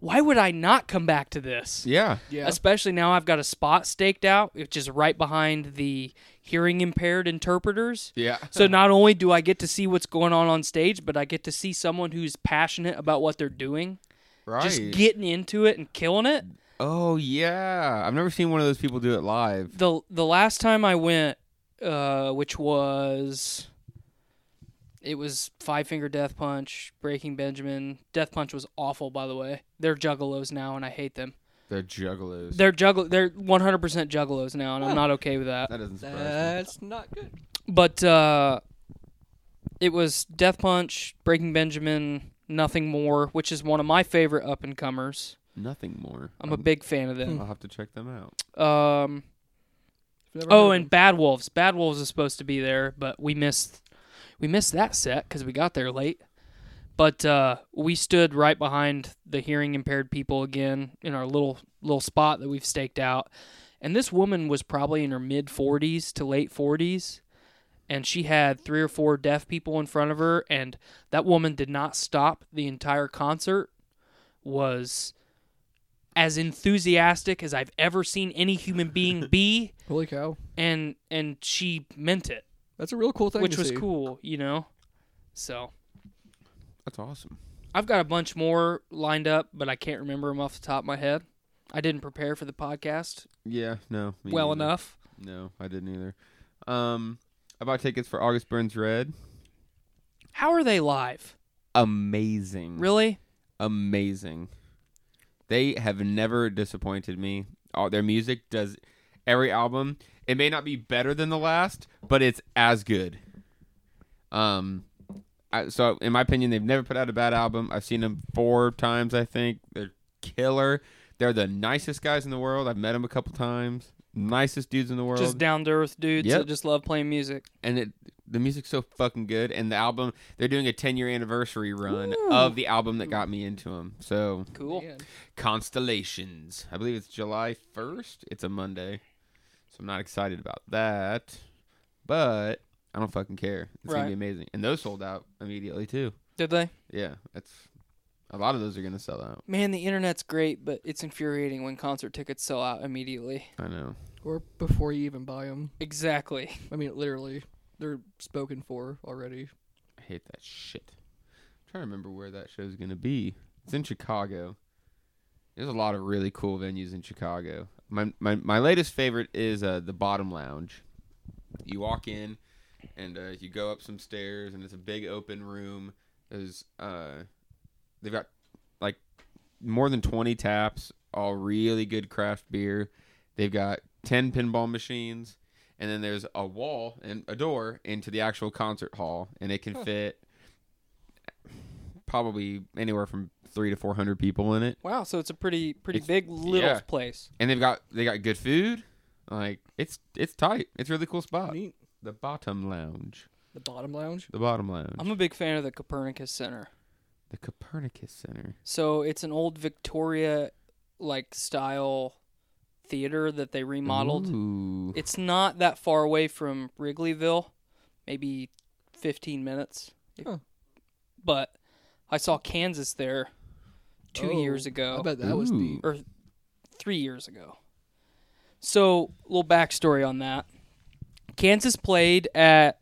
S12: why would I not come back to this?
S10: Yeah.
S11: Yeah,
S12: Especially now I've got a spot staked out, which is right behind the hearing impaired interpreters.
S10: Yeah.
S12: So not only do I get to see what's going on on stage, but I get to see someone who's passionate about what they're doing,
S10: Right.
S12: just getting into it and killing it.
S10: oh, yeah. I've never seen one of those people do it live.
S12: the the last time I went, uh, which was, it was Five Finger Death Punch, Breaking Benjamin. Death Punch was awful, by the way. They're juggalos now, and I hate them.
S10: They're juggalos.
S12: They're juggle, they're one hundred percent juggalos now, and I'm not okay with that.
S10: that doesn't surprise me.
S11: that's not good.
S12: But uh, it was Death Punch, Breaking Benjamin, Nothing More, which is one of my favorite up and comers.
S10: Nothing more.
S12: I'm a big fan of them.
S10: I'll have to check them out.
S12: Um,
S11: Never
S12: Oh,
S11: heard
S12: and Bad Wolves. Bad Wolves is supposed to be there, but we missed we missed that set because we got there late. But uh, we stood right behind the hearing impaired people again in our little little spot that we've staked out. And this woman was probably in her mid 40s to late 40s, and she had three or four deaf people in front of her, and that woman did not stop the entire concert. Was as enthusiastic as I've ever seen any human being be
S11: of- holy cow,
S12: and and she meant it,
S11: that's a real cool thing.
S12: which
S11: to
S12: was
S11: see.
S12: cool, you know. So
S10: That's awesome.
S12: I've got a bunch more lined up, but I can't remember them off the top of my head. I didn't prepare for the podcast
S10: Yeah, no. me
S12: well
S10: neither.
S12: enough.
S10: No, I didn't either. Um, I bought tickets for August Burns Red.
S12: How are they live?
S10: Amazing.
S12: Really?
S10: Amazing. They have never disappointed me. All their music does every album. It may not be better than the last, but it's as good. Um, I, so in my opinion, they've never put out a bad album. I've seen them four times, I think. They're killer. They're the nicest guys in the world. I've met them a couple times. Nicest dudes in the world.
S12: Just down to earth dudes
S10: Yep.
S12: that just love playing music.
S10: and it, the music's so fucking good. And the album, they're doing a 10 year anniversary run of the album that got me into them. So
S12: Cool.
S10: Constellations. I believe it's July 1st. It's a Monday. So I'm not excited about that. But I don't fucking care. It's going
S12: Right.
S10: to be amazing. And those sold out immediately, too.
S12: Did they?
S10: Yeah. That's a lot of those are going to sell out.
S12: Man, the internet's great, but it's infuriating when concert tickets sell out immediately.
S10: I know.
S11: Or before you even buy them.
S12: Exactly. (laughs)
S11: I mean, literally, they're spoken for already.
S10: I hate that shit. I'm trying to remember where that show's going to be. It's in Chicago. There's a lot of really cool venues in Chicago. My my, my latest favorite is uh, the Bottom Lounge. You walk in and uh, you go up some stairs and it's a big open room. There's uh they've got like more than 20 taps, all really good craft beer. They've got 10 pinball machines and then there's a wall and a door into the actual concert hall and it can fit probably anywhere from 3 to 400 people in it
S12: Wow, so it's a pretty pretty
S10: It's-
S12: big little
S10: yeah.
S12: place.
S10: and they've got they got good food like it's it's tight it's a really cool spot
S11: Neat.
S10: the bottom lounge
S11: The bottom lounge.
S10: the bottom lounge
S12: I'm a big fan of the Copernicus Center.
S10: the copernicus center
S12: So it's an old Victoria like style theater that they remodeled.
S10: Ooh.
S12: It's not that far away from Wrigleyville, maybe 15 minutes.
S11: Huh.
S12: But I saw Kansas there two
S11: Oh,
S12: years ago.
S11: I bet that was
S10: Ooh.
S11: deep.
S12: or three years ago. So, little backstory on that. Kansas played at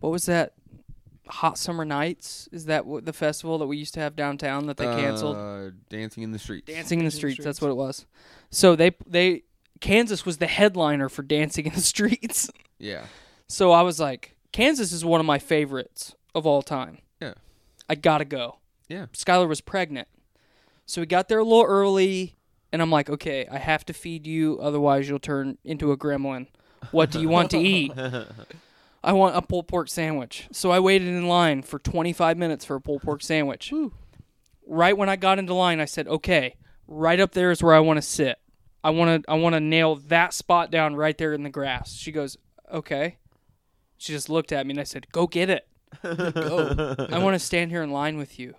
S12: what was that? Hot Summer Nights is that what the festival that we used to have downtown that they canceled?
S10: Uh, dancing in the streets
S12: Dancing in the Streets, that's what it was. So they they Kansas was the headliner for Dancing in the Streets.
S10: yeah
S12: So I was like, Kansas is one of my favorites of all time.
S10: Yeah.
S12: I gotta go.
S10: Yeah.
S12: Skylar was pregnant. So we got there a little early and I'm like, okay, I have to feed you, otherwise you'll turn into a gremlin. What do you want to
S10: (laughs)
S12: eat? I want a pulled pork sandwich. So I waited in line for 25 minutes for a pulled pork sandwich. Right when I got into line, I said, "Okay, right up there is where I want to sit. I want to I want to nail that spot down right there in the grass." She goes, "Okay." She just looked at me and I said, "Go get it.
S11: Go.
S12: I
S10: (laughs)
S12: want to stand here in line with you."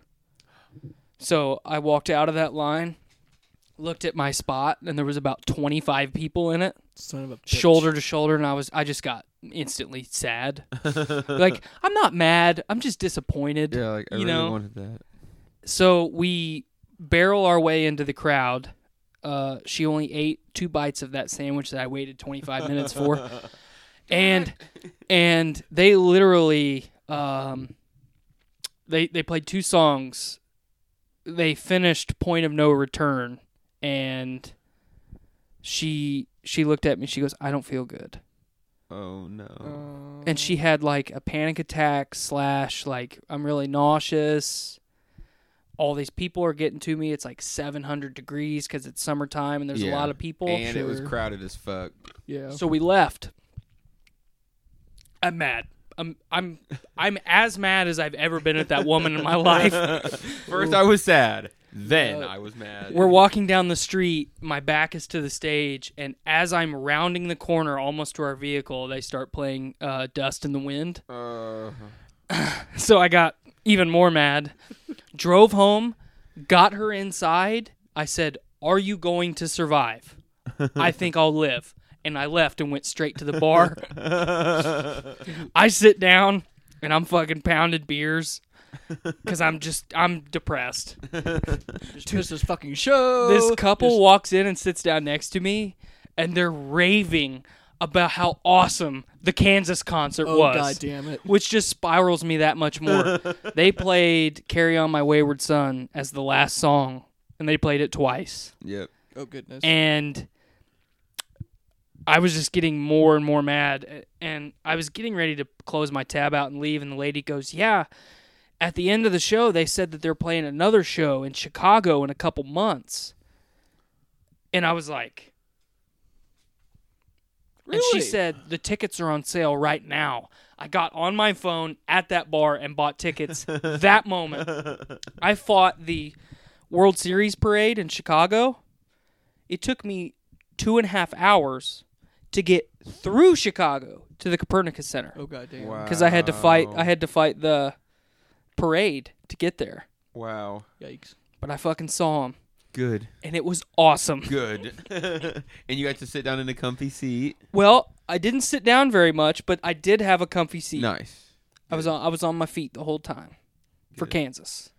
S12: So I walked out of that line, looked at my spot, and there was about 25 people in it,
S11: Son of a bitch.
S12: shoulder to shoulder, and I was I just got instantly
S10: (laughs)
S12: sad. like I'm not mad, I'm just disappointed.
S10: yeah like i
S12: you
S10: really
S12: know?
S10: wanted that
S12: So we barrel our way into the crowd. Uh, she only ate two bites of that sandwich that I waited 25 minutes for, and and they literally um, they they played two songs. They finished "Point of No Return," and she she looked at me. She goes, "I don't feel good,"
S10: oh no
S12: and she had like a panic attack slash like I'm really nauseous all these people are getting to me. It's like 700 degrees because it's summertime and there's a
S10: Yeah.
S12: lot of people.
S10: and it was
S11: sure.
S10: crowded as fuck
S11: Yeah.
S12: So we left. I'm mad. I'm I'm I'm as mad as I've ever been at that woman in my (laughs) life.
S10: First I was sad, then I was mad.
S12: We're walking down the street, my back is to the stage, and as I'm rounding the corner almost to our vehicle, they start playing uh, Dust in the Wind.
S10: Uh,
S12: (laughs) So I got even more mad. Drove home, got her inside. I said, Are you going to survive? I think I'll live. And I left and went straight to the bar. I sit down and I'm fucking pounded beers because I'm just, I'm depressed.
S11: just missed this fucking show.
S12: This couple walks in and sits down next to me and they're raving about how awesome the Kansas concert
S11: oh
S12: was
S11: god damn it.
S12: which just spirals me that much
S11: (laughs)
S12: more. they played "Carry On My Wayward Son" as the last song, and they played it twice.
S10: yep.
S11: Oh goodness.
S12: And I was just getting more and more mad, and I was getting ready to close my tab out and leave. And the lady goes, "Yeah." At the end of the show, they said that they're playing another show in Chicago in a couple months, and I was like, And she
S11: Really?
S12: said, the tickets are on sale right now. I got on my phone at that bar and bought tickets that moment. I fought the World Series parade in Chicago. It took me two and a half hours to get through Chicago to the Copernicus Center
S11: Oh god damn.
S12: because I had to fight. I had to fight the parade to get there,
S10: Wow.
S11: Yikes.
S12: but I fucking saw him,
S10: Good.
S12: and it was awesome.
S10: Good.
S12: (laughs)
S10: (laughs) and you got to sit down in a comfy seat.
S12: Well, I didn't sit down very much, but I did have a comfy seat.
S10: Nice.
S12: I was on. I was on my feet the whole time for Kansas,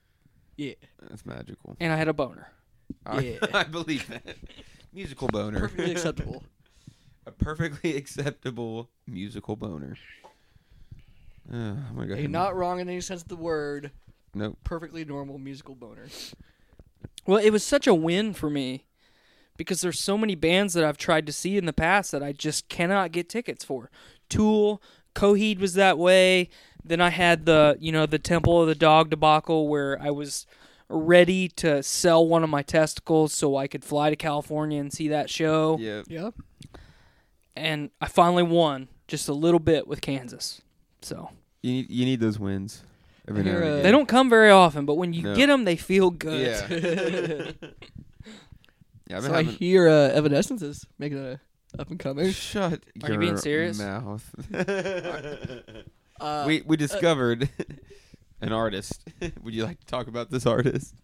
S11: Yeah.
S10: That's magical.
S12: and I had a boner.
S10: I-
S11: Yeah.
S10: (laughs) I, believe that. Musical boner.
S11: (laughs) Perfectly acceptable.
S10: A perfectly acceptable musical boner. Uh, I'm gonna go
S11: Hey,
S10: ahead
S11: not wrong in any sense of the word.
S10: and- Nope.
S11: Perfectly normal musical boner.
S12: Well, it was such a win for me because there's so many bands that I've tried to see in the past that I just cannot get tickets for. Tool, Coheed was that way. Then I had the, you know, the Temple of the Dog debacle where I was ready to sell one of my testicles so I could fly to California and see that show.
S10: Yeah.
S11: (laughs) Yep.
S12: And I finally won just a little bit with Kansas. So
S10: You need you need those wins every now
S11: Here,
S10: and
S11: uh,
S12: (laughs)
S10: again.
S12: they don't come very often, but when you
S10: No.
S12: get them, they feel good.
S10: Yeah.
S12: (laughs)
S10: yeah, I've been
S11: So I
S10: having.
S11: hear uh, Evanescence is making a up and coming.
S10: Shut
S12: Are you
S10: your
S12: being serious?
S10: (laughs) mouth.
S11: Uh,
S10: we we discovered (laughs) an artist. (laughs) Would you like to talk about this artist?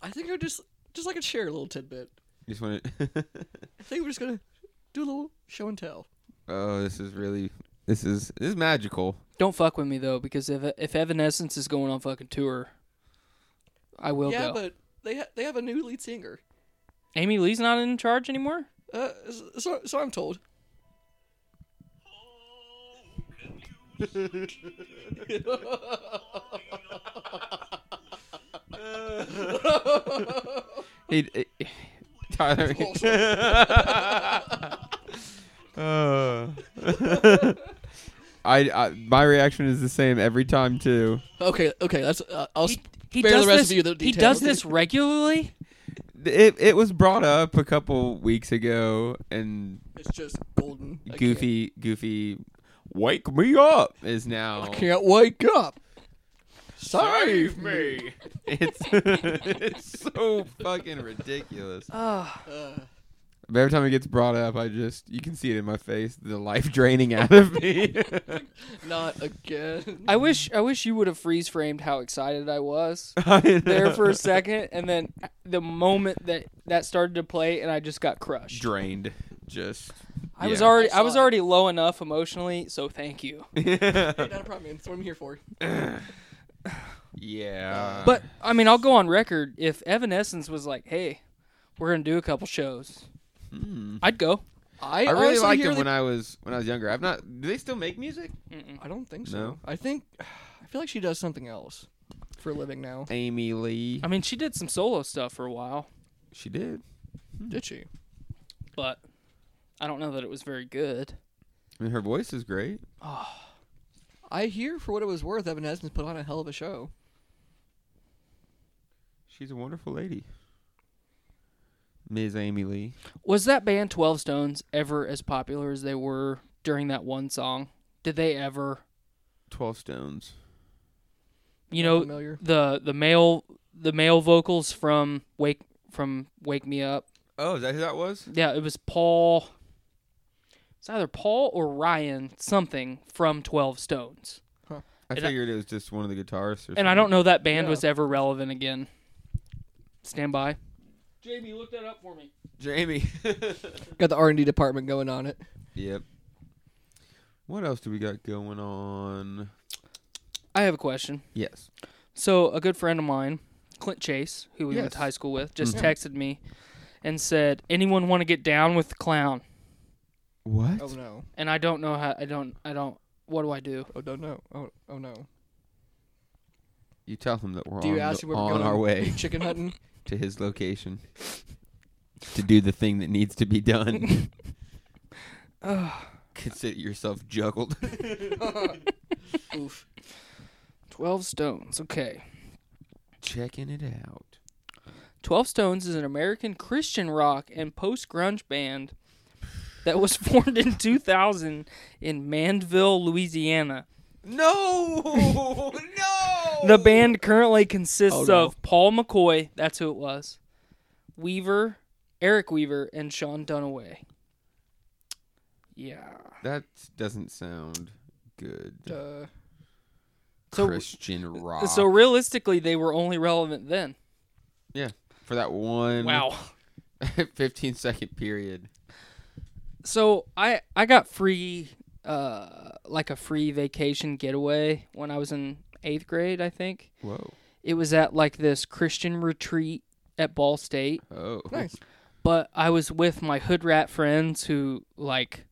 S11: I think I just just like to share a little tidbit.
S10: Just (laughs) want to.
S11: I think we're just gonna do a little show and tell.
S10: oh, this is really this is this is magical.
S12: Don't fuck with me though, because if if Evanescence is going on fucking tour, I will
S11: yeah,
S12: go.
S11: but they ha- they have a new lead singer.
S12: Amy Lee's not in charge anymore.
S11: Uh, so- so so I'm told.
S10: It, it- (laughs) Tyler. (laughs) Uh, (laughs) I, I my reaction is the same every time too.
S11: Okay, okay, that's uh, I'll
S12: He, he
S11: spare
S12: does
S11: the rest
S12: this.
S11: of you the
S12: he does
S11: details.
S12: this regularly.
S10: It it was brought up a couple weeks ago, and
S11: It's just golden. I can't-
S10: Goofy Goofy, wake me up is now.
S11: Can't wake up. Save me.
S10: (laughs) It's it's so fucking ridiculous.
S12: Ah,
S10: But every time it gets brought up, I just you can see it in my face, the life draining out of me.
S11: Not again.
S12: (laughs) I wish I wish you would have freeze framed how excited I
S11: (laughs)
S12: was there
S10: there
S12: for a second, and then the moment that that started to play, and I just got crushed.
S10: (laughs) drained. Just
S12: I was
S10: yeah.
S12: already
S11: I
S12: I was
S11: saw it.
S12: already low enough emotionally, so thank
S11: (laughs)
S12: you.
S11: Not a problem. man. That's what I'm here for.
S10: yeah.
S12: But I mean, I'll go on record if Evanescence was like, "Hey, we're gonna do a couple shows,"
S11: Hmm.
S12: I'd go.
S11: I,
S10: I really
S11: honestly
S10: liked
S11: hear
S10: them
S11: the-
S10: when I was when I was younger. I've not. Do they still make music?
S11: I don't think so.
S10: No?
S11: I think I feel like she does something else for a living now.
S10: Amy Lee.
S12: I mean, she did some solo stuff for a while,
S10: She did.
S12: Hmm.
S11: Did she?
S12: but I don't know that it was very good.
S10: I mean, her voice is great.
S11: I hear for what it was worth, Evanescence put on a hell of a show.
S10: She's a wonderful lady. Ms. Amy Lee.
S12: Was that band Twelve Stones ever as popular as they were during that one song? Did they ever,
S10: Twelve Stones.
S12: you know,
S11: Familiar.
S12: the the male the male vocals from Wake from Wake Me Up?
S10: Oh, is that who that was?
S12: Yeah, it was Paul. It's either Paul or Ryan something from Twelve Stones,
S10: I
S12: And I-
S10: figured it was just one of the guitarists. Or
S12: and I don't know that band
S11: Yeah.
S12: was ever relevant again. Stand by. Jamie, look that up for me.
S10: Jamie. (laughs)
S11: Got the R and D department going on it.
S10: yep. What else do we got going on?
S12: I have a question.
S10: Yes.
S12: So a good friend of mine, Clint Chase, who we went
S10: Yes.
S12: to high school with, just texted me and said, "Anyone want to get down with the clown?"
S10: What?
S11: Oh no.
S12: And I don't know how. I don't. I don't. What do I do?
S11: Oh don't know. Oh oh no.
S10: You tell him that we're
S11: Do
S10: on,
S11: you ask
S10: the-
S11: him where we're
S10: on
S11: going?
S10: our
S11: (laughs)
S10: way (laughs)
S11: Chicken hunting.
S10: to his location to do the thing that needs to be
S11: (laughs)
S10: done. Consider yourself
S11: (laughs)
S10: juggled.
S11: Oof.
S12: Twelve Stones. Okay.
S10: Checking it out.
S12: Twelve Stones is an American Christian rock and post grunge band that was (laughs) formed in 2000 in Mandeville, Louisiana.
S10: (laughs)
S2: No, no.
S12: The band currently consists
S11: Oh, no.
S12: of Paul McCoy, that's who it was, Weaver, Eric Weaver, and Sean Dunaway. Yeah.
S10: That doesn't sound good.
S11: Uh,
S12: So- uh,
S10: Christian rock.
S12: So realistically, they were only relevant then.
S10: yeah, for that one (laughs)
S12: Wow.
S10: 15 second period.
S12: So I I got free uh like a free vacation getaway when I was in 8th grade, I think.
S10: Whoa.
S12: It was at like this Christian retreat at Ball State.
S10: Oh.
S11: nice.
S12: but I was with my hood rat friends who like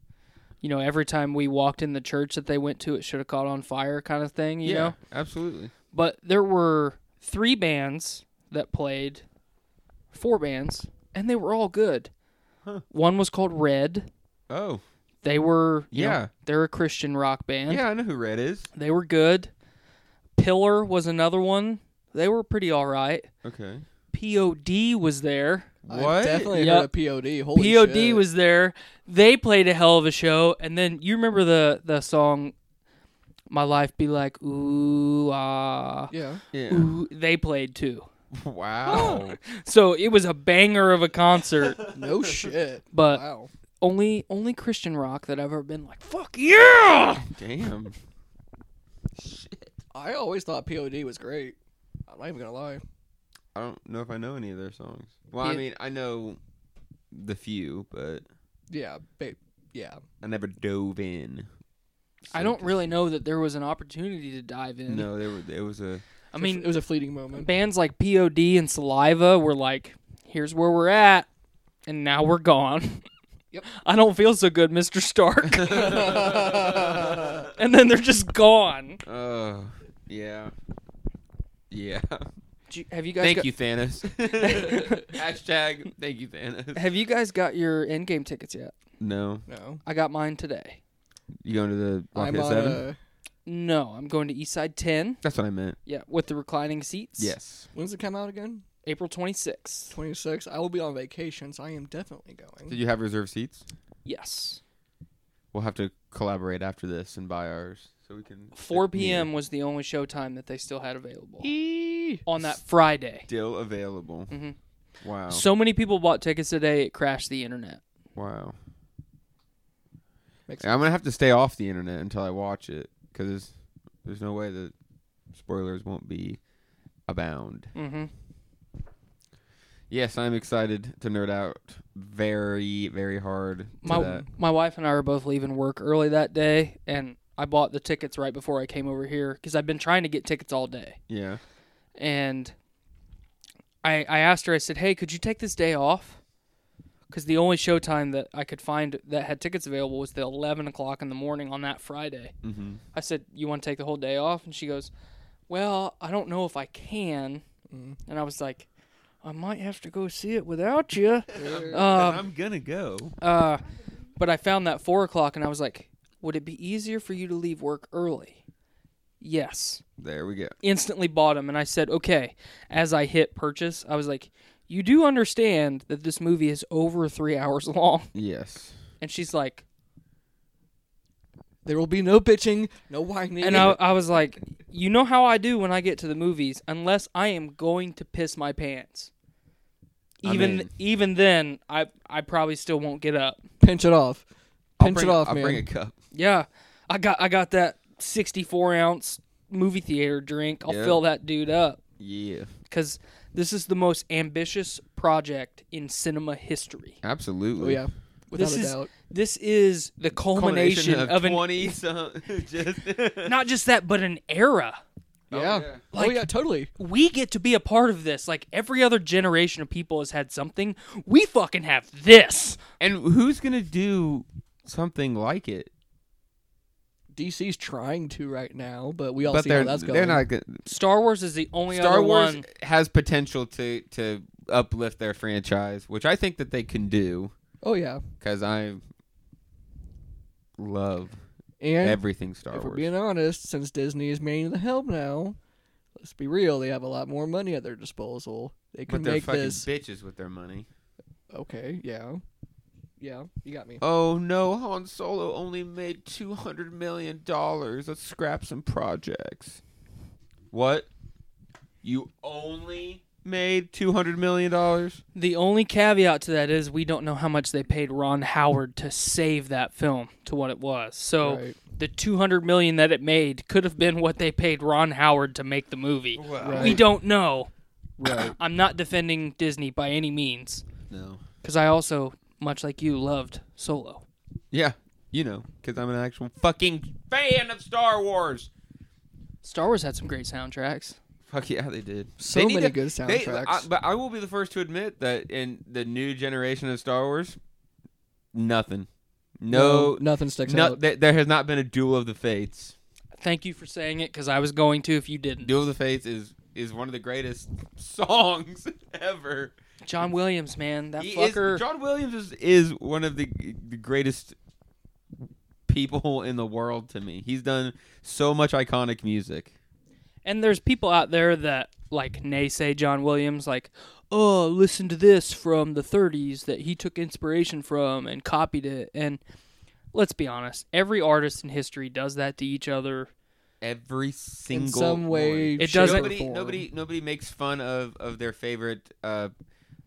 S12: you know every time we walked in the church that they went to it should have caught on fire kind of thing you
S10: yeah,
S12: know
S10: absolutely.
S12: but there were three bands that played four bands and they were all good one was called red
S10: Oh.
S12: they were you know,
S10: Yeah.
S12: they're a christian rock band
S10: Yeah, I know who Red is.
S12: they were good pillar was another one they were pretty all right
S10: Okay.
S12: pod was there
S10: What?
S11: I definitely
S12: Yep.
S11: heard of POD. Holy
S12: POD
S11: shit.
S12: was there. They played a hell of a show. And then you remember the the song My Life Be Like Ooh Ah.
S11: Yeah.
S10: Yeah.
S12: Ooh, they played too.
S10: (laughs) Wow.
S12: (laughs) So it was a banger of a
S11: (laughs)
S12: concert,
S11: No
S12: (laughs)
S11: shit.
S12: but
S11: Wow.
S12: only only Christian rock that I've ever been like, fuck yeah.
S10: Damn.
S11: I always thought POD was great. I'm not even gonna lie.
S10: I don't know if I know any of their songs. Well, I
S12: Yeah.
S10: mean, I know the few, but
S11: Yeah, babe. Yeah.
S10: I never dove in.
S12: I
S10: So-
S12: don't really know that there was an opportunity to dive in.
S10: No, there were. There was a.
S12: I mean,
S11: it was a fleeting moment.
S12: bands like POD and Saliva were like, here's where we're at, and now we're (laughs) gone.
S11: Yep.
S12: I don't feel so good, Mr. Stark. (laughs) and then they're just gone.
S10: Oh. yeah. Yeah. (laughs)
S12: Do you- have you guys
S10: Thank
S12: got,
S10: you, Thanos. (laughs) Hashtag thank you,
S12: (laughs)
S10: Thanos.
S12: Have you guys got your endgame tickets yet?
S10: No.
S11: No.
S12: I got mine today.
S10: You going to the
S11: I'm uh,
S10: Rocket
S11: on
S10: 7?
S11: a,
S12: No, I'm going to Eastside 10.
S10: That's what I meant.
S12: Yeah, with the reclining seats.
S10: Yes.
S11: when's it come out again?
S12: April 26th.
S11: 26. I will be on vacation, so I am definitely
S10: Did
S11: going.
S10: you have reserved seats?
S12: Yes.
S10: We'll have to collaborate after this and buy ours so we can.
S12: 4
S10: fit me.
S12: p.m. was the only show time that they still had available on that Friday.
S10: Still available.
S12: Mhm.
S10: Wow.
S12: So many people bought tickets today, it crashed the internet.
S10: wow.
S11: Makes
S10: I'm gonna have to stay off the internet until I watch it because there's no way that spoilers won't be abound.
S12: Mm-hmm.
S10: Yes, I'm excited to nerd out very, very hard. To
S12: My
S10: that.
S12: my wife and I were both leaving work early that day, and I bought the tickets right before I came over here because I've been trying to get tickets all day.
S10: Yeah.
S12: And I I asked her, I said, "Hey, could you take this day off?" Because the only show time that I could find that had tickets available was the eleven o'clock in the morning on that Friday.
S10: Mm-hmm.
S12: I said, "You want to take the whole day off?" And she goes, "Well, I don't know if I can." And I was like, "I might have to go see it without you." Um,
S10: I'm gonna go.
S12: Uh, but I found that four o'clock, and I was like, "Would it be easier for you to leave work early?" Yes.
S10: There we go.
S12: Instantly bought 'em, and I said, "Okay." As I hit purchase, I was like, "You do understand that this movie is over three hours (laughs) long?"
S10: Yes.
S12: And she's like,
S11: There will be no bitching, no whining.
S12: and I, I was like, "You know how I do when I get to the movies, unless I am going to piss my pants."
S10: I'm
S12: Even
S10: in.
S12: even then, I I probably still won't get up.
S11: pinch it off.
S10: I'll
S11: Pinch
S10: bring-
S11: it off,
S10: I'll
S11: man.
S10: bring a cup.
S12: Yeah, I got I got that sixty four ounce movie theater drink. I'll
S10: Yeah.
S12: fill that dude up
S10: Yeah.
S12: because this is the most ambitious project in cinema history.
S10: Absolutely.
S11: oh yeah, without
S12: this
S11: a
S12: is
S11: doubt.
S12: this is the culmination, of, an
S11: (laughs)
S10: twenty. So (laughs) just.
S12: not just that, but an era.
S11: yeah.
S10: yeah.
S11: oh yeah, totally.
S12: We get to be a part of this. Like every other generation of people has had something. We fucking have this.
S10: (laughs) And who's gonna do something like it?
S11: DC's trying to right now, but we all
S10: but
S11: see how
S10: they're
S11: that's going.
S10: they're not gonna.
S12: Star Wars is the only
S10: Star
S12: other
S10: Wars
S12: one.
S10: has potential to to uplift their franchise, which I think that they can do
S11: Oh yeah,
S10: because I love
S11: and
S10: everything Star
S11: if we're
S10: Wars.
S11: being honest, since Disney is manning the helm now, let's be real, they have a lot more money at their disposal. They can
S10: but they're
S11: make
S10: fucking
S11: this
S10: bitches with their money.
S11: okay, yeah. Yeah, you got me.
S10: Oh no, Han Solo only made two hundred million dollars. Let's scrap some projects. What? You only made two hundred million dollars?
S12: The only caveat to that is we don't know how much they paid Ron Howard to save that film to what it was. So
S11: Right.
S12: the 200 million that it made could have been what they paid Ron Howard to make the movie. We
S11: Right.
S12: don't know.
S11: Right.
S12: I'm not defending Disney by any means
S10: No.
S12: cuz I also much like you loved Solo.
S10: Yeah, you know, because I'm an actual fucking fan of Star Wars.
S12: Star Wars had some great soundtracks.
S10: Fuck yeah, they did.
S11: So
S10: They need
S11: many
S10: to-
S11: good
S10: they-
S11: soundtracks.
S10: I- but I will be the first to admit that in the new generation of Star Wars, nothing. No,
S11: nothing sticks
S10: no,
S11: out.
S10: there- there has not been a duel of the fates.
S12: Thank you for saying it cuz I was going to if you didn't.
S10: Duel of the Fates is is one of the greatest (laughs) songs (laughs) ever.
S12: John Williams, man, that
S10: He is-
S12: fucker
S10: John Williams is, is one of the, the greatest people in the world to me. He's done so much iconic music.
S12: And there's people out there that like naysay John Williams, like, oh, listen to this from the 30s that he took inspiration from and copied it. And let's be honest, every artist in history does that to each other.
S10: Every single
S11: in some way,
S12: It
S11: shape,
S12: doesn't-
S11: or
S10: Nobody,
S11: form.
S10: nobody, nobody makes fun of of their favorite uh,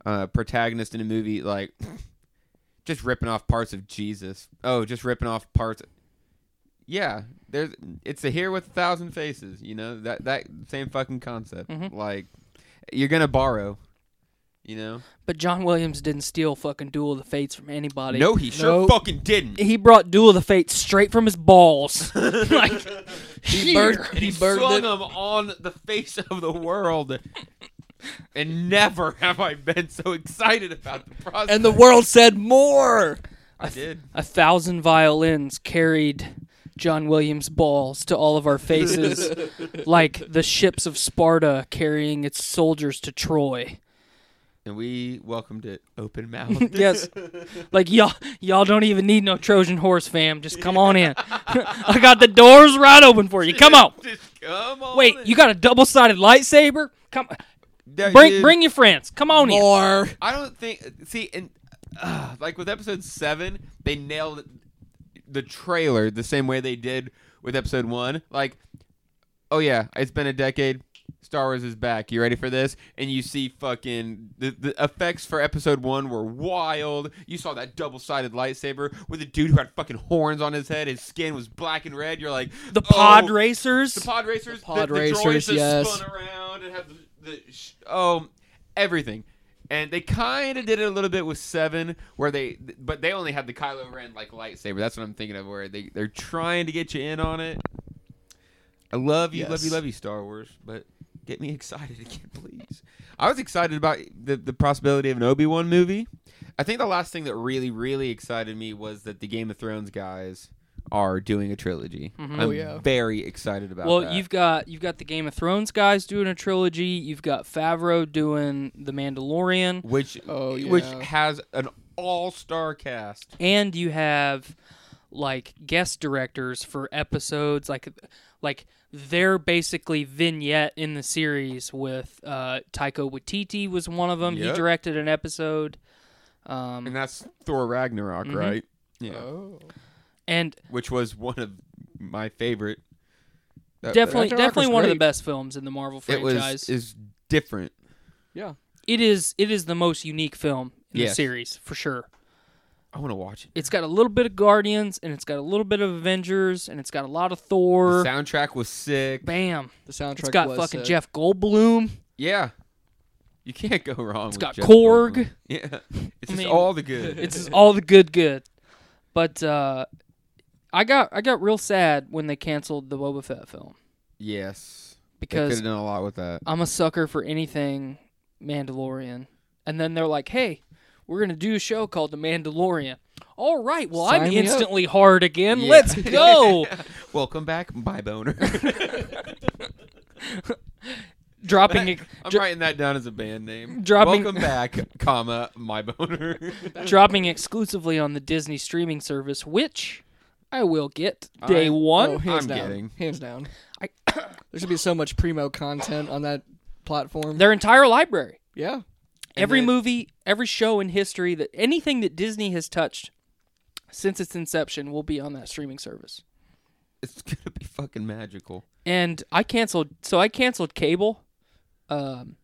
S10: uh, protagonist in a movie, like (sniffs) just ripping off parts of Jesus. Oh, just ripping off parts. Yeah, there's it's a here with a thousand faces. You know that that same fucking concept.
S12: Mm-hmm.
S10: Like you're gonna borrow. You know?
S12: But John Williams didn't steal fucking Duel of the Fates from anybody.
S10: No, he sure
S11: No.
S10: fucking didn't.
S12: He brought Duel of the Fates straight from his
S11: (laughs)
S12: balls. (laughs) like,
S11: He
S12: here.
S11: birthed, he
S10: Slung
S11: birthed it.
S10: him on the face of the world. And never have I been so excited about the process.
S11: And the world said more.
S10: I did.
S12: A thousand violins carried John Williams' balls to all of our faces, like the ships of Sparta carrying its soldiers to Troy.
S10: and we welcomed it open mouthed.
S12: Yes, like y'all, y'all don't even need no Trojan horse, fam. Just come on in. (laughs) I got the doors right open for you. Come on.
S10: (laughs) Just come on.
S12: Wait,
S10: in.
S12: you got a double-sided lightsaber? Come,
S10: There,
S12: bring
S10: dude,
S12: bring your friends. Come on in.
S11: More.
S12: (laughs)
S10: I don't think. See, and uh, like with episode seven, they nailed the trailer the same way they did with episode one. Like, oh yeah, it's been a decade. Star Wars is back. You ready for this? And you see fucking the, the effects for episode one were wild. You saw that double sided lightsaber with a dude who had fucking horns on his head. His skin was black and red. You're like
S12: The pod
S10: oh,
S12: racers.
S10: The pod racers. The
S11: pod
S10: the
S11: racers,
S10: droids that
S11: yes.
S10: Spun around and had the, the sh- oh everything, and they kind of did it a little bit with seven, where they but they only had the Kylo Ren like lightsaber. That's what I'm thinking of, where they they're trying to get you in on it. I love you, love you,
S11: Yes.
S10: love you, Star Wars, but get me (laughs) excited again, please. I was excited about the the possibility of an Obi Wan movie. I think the last thing that really, really excited me was that the Game of Thrones guys are doing a trilogy. I'm
S11: Oh, yeah.
S10: very excited about
S12: Well,
S10: that.
S12: you've got you've got the Game of Thrones guys doing a trilogy. You've got Favreau doing The Mandalorian,
S10: which
S11: Oh,
S10: which
S11: yeah.
S10: has an all star cast.
S12: and you have like guest directors for episodes. Like like they're basically vignette in the series. With uh, Taiko Waititi was one of them.
S10: Yep.
S12: He directed an episode. Um, mm-hmm.
S10: And that's Thor Ragnarok, right? Yeah.
S11: Oh.
S12: and
S10: Which was one of my favorite. Uh, That-
S12: definitely
S11: Ragnarok
S12: definitely
S11: was
S12: one of the
S11: great.
S12: best films in the Marvel
S10: that- it
S12: franchise.
S10: was is different.
S11: Yeah.
S12: it is it is the most unique film in the
S10: Yes.
S12: series for sure.
S10: I want to watch it.
S12: it's got a little bit of Guardians and it's got a little bit of Avengers and it's got a lot of Thor.
S10: the soundtrack was sick.
S12: Bam.
S11: The soundtrack
S12: It's got
S11: was
S12: fucking
S10: uh,
S11: sick.
S12: Jeff Goldblum.
S10: Yeah. You can't go wrong. It's
S12: got Korg.
S10: (laughs) Yeah. It's just
S12: mean,
S10: all the good.
S12: It's just all the good good. But uh I got I got real sad when they canceled the Boba Fett film
S10: yes. They could
S12: because
S10: have done a lot with that.
S12: I'm a sucker for anything Mandalorian. And then they're like, "Hey, we're going to do a show called The Mandalorian." All right. Well, I'm
S11: Sign me up.
S12: instantly hard again.
S10: Yeah. (laughs)
S12: Let's go.
S10: Welcome back, my boner.
S12: dropping it,
S10: (laughs) I'm
S12: dro-
S10: writing that down as a band name.
S12: Dropping-
S10: Welcome (laughs) back, comma, my boner.
S12: dropping exclusively on the Disney streaming service, which I will get day
S10: I-
S11: Oh,
S12: one.
S11: hands
S10: I'm
S11: down.
S10: kidding.
S11: Hands down.
S12: I- (coughs)
S11: there should be so much primo content on that platform.
S12: Their entire library.
S11: yeah.
S12: every
S10: then-
S12: movie, every show in history that anything that Disney has touched since its inception will be on that streaming service.
S10: (laughs) It's gonna be fucking magical.
S12: And I canceled, so I canceled cable. Um,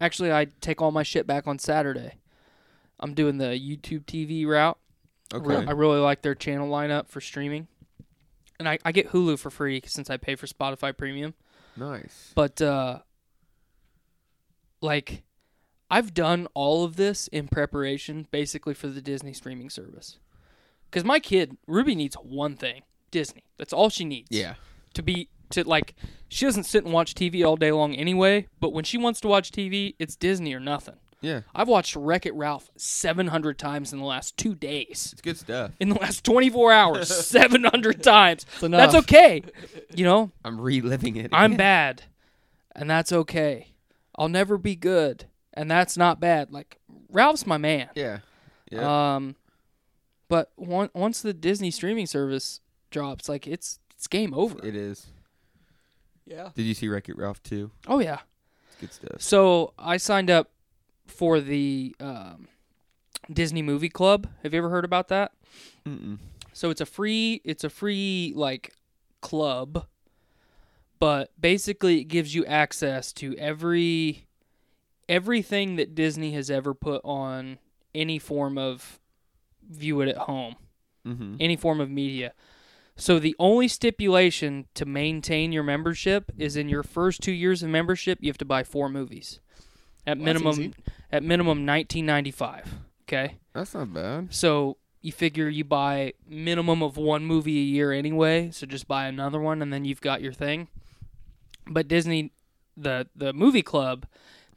S12: actually, I take all my shit back on Saturday. I'm doing the YouTube TV route.
S10: Okay.
S12: Re- I really like their channel lineup for streaming. And I, I get Hulu for free since I pay for Spotify Premium.
S10: Nice.
S12: But uh like I've done all of this in preparation basically for the Disney streaming service. Cuz my kid Ruby needs one thing, Disney. That's all she needs.
S10: Yeah.
S12: To be to like she doesn't sit and watch TV all day long anyway, but when she wants to watch TV, it's Disney or nothing.
S10: Yeah.
S12: I've watched Wreck-It Ralph 700 times in the last 2 days
S10: It's good stuff.
S12: in the last 24 hours 700 times.
S11: enough.
S12: That's okay. You know,
S10: I'm reliving it. (laughs)
S12: I'm bad and that's okay. I'll never be good and that's not bad. Like Ralph's my man.
S10: Yeah. Yeah.
S12: Um but on, once the Disney streaming service drops, like it's it's game over.
S10: it is.
S11: Yeah.
S10: Did you see Wreck It Ralph too?
S12: Oh yeah.
S10: It's good stuff.
S12: So, I signed up for the um Disney Movie Club. Have you ever heard about that?
S10: Mm-mm.
S12: So it's a free it's a free like club, but basically it gives you access to every everything that Disney has ever put on any form of view it at home,
S10: Mm-hmm.
S12: any form of media. So the only stipulation to maintain your membership is in your first 2 years of membership you have to buy 4 movies. At
S11: Well, that's
S12: minimum
S11: easy.
S12: at minimum 1995, okay?
S10: That's not bad.
S12: So you figure you buy minimum of one movie a year anyway, so just buy another one and then you've got your thing. But Disney the the movie club,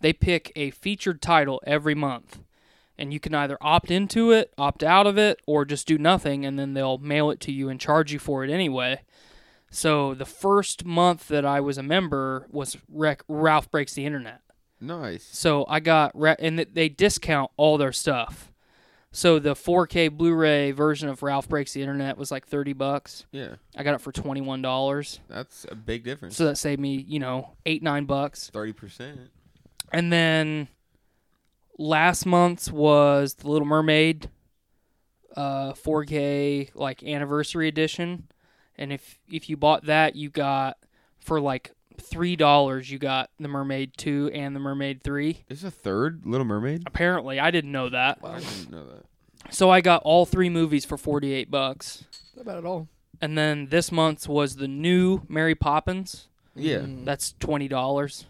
S12: they pick a featured title every month. And you can either opt into it, opt out of it, or just do nothing and then they'll mail it to you and charge you for it anyway. So the first month that I was a member was Rec- Ralph Breaks the Internet.
S10: Nice.
S12: So I got ra- and th- they discount all their stuff. So the 4K Blu-ray version of Ralph Breaks the Internet was like 30 bucks.
S10: Yeah.
S12: I got it for $21.
S10: That's a big difference.
S12: So that saved me, you know, 8 9 bucks.
S10: Thirty percent.
S12: And then last month's was The Little Mermaid uh 4K like anniversary edition. And if if you bought that, you got for like $3 you got The Mermaid 2 and The Mermaid 3.
S10: There's a third Little Mermaid.
S12: Apparently, I didn't know that.
S10: I didn't know that.
S12: So I got all three movies for 48 bucks.
S11: Not bad at all.
S12: And then this month's was the new Mary Poppins.
S10: Yeah.
S12: That's $20.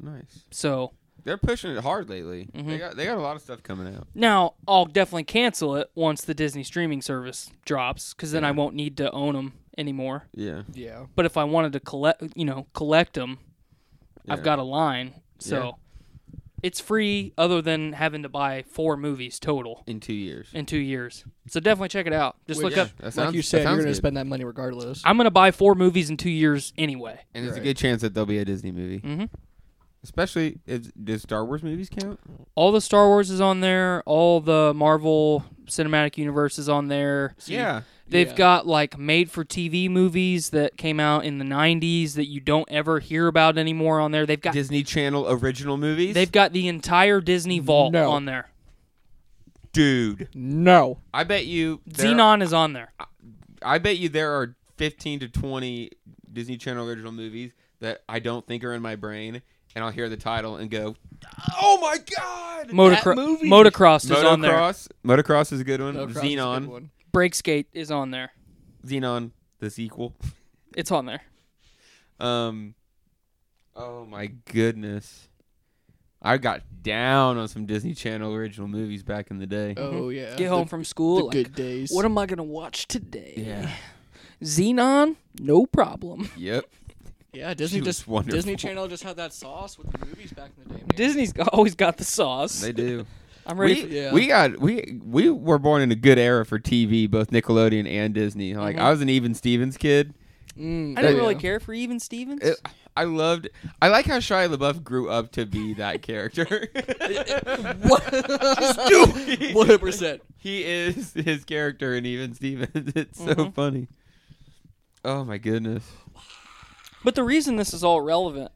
S10: Nice.
S12: So
S10: They're pushing it hard lately.
S12: Mm-hmm.
S10: They got they got a lot of stuff coming out.
S12: now I'll definitely cancel it once the Disney streaming service drops cuz then I won't need to own them anymore.
S10: Yeah.
S11: Yeah.
S12: But if I wanted to collect, you know, collect them, I've
S10: Yeah.
S12: got a line. So
S10: Yeah.
S12: it's free other than having to buy four movies total
S10: In two years.
S12: in 2 years. So definitely check it out. Just
S11: Which-
S12: look up
S10: That
S11: like
S10: sounds-
S11: you
S10: that
S11: said, you're
S10: sounds
S11: going to
S10: good.
S11: spend that money regardless.
S12: I'm going to buy four movies in 2 years anyway.
S10: And there's a
S11: Right. Mm-hmm.
S10: good chance that there'll be a Disney movie.
S12: Mhm.
S10: Especially if does Star Wars movies count?
S12: all the Star Wars is on there. All the Marvel Cinematic Universe is on there.
S10: yeah.
S12: They've
S11: Yeah.
S12: got like made for TV movies that came out in the 90s that you don't ever hear about anymore on there. They've got
S10: Disney Channel original movies.
S12: they've got the entire Disney vault
S11: No.
S12: on there.
S10: dude.
S11: no.
S10: I bet you there-
S12: Xenon is on there.
S10: I bet you there are 15 to 20 Disney Channel original movies that I don't think are in my brain, and I'll hear the title and go, "Oh my god!"
S12: Motocro-
S11: movie?
S12: Motocross is on there.
S10: Motocross, Motocross is a good one.
S11: No, Cross is a good
S10: Xenon,
S11: one.
S12: Breakskate is on there.
S10: Xenon, the sequel.
S12: It's on there.
S10: Um, oh my goodness, I got down on some Disney Channel original movies back in the day.
S11: Oh, yeah.
S12: Mm-hmm. Get home
S11: The,
S12: from
S11: the
S12: school. like,
S11: good days.
S12: what am I gonna watch today?
S10: Yeah.
S12: Xenon, no problem. (laughs)
S10: Yep.
S11: yeah, Disney
S10: She was
S11: just
S10: wonderful.
S11: Disney Channel just had that sauce with the movies back in the day. Man.
S12: Disney's always got the sauce.
S10: They do.
S12: I'm ready.
S10: We,
S12: for-
S11: yeah.
S10: we got we we were born in a good era for TV, both Nickelodeon and Disney. Like I was an Even Stevens kid.
S11: Mm,
S12: I didn't
S10: Yeah.
S12: really care for Even Stevens.
S10: It- I loved. I like how Shia LaBeouf grew up to be that character. (laughs)
S11: (laughs) What? One hundred
S12: (laughs)
S11: percent.
S10: he is his character in Even Stevens. (laughs) It's so funny. Oh my goodness.
S12: But the reason this is all relevant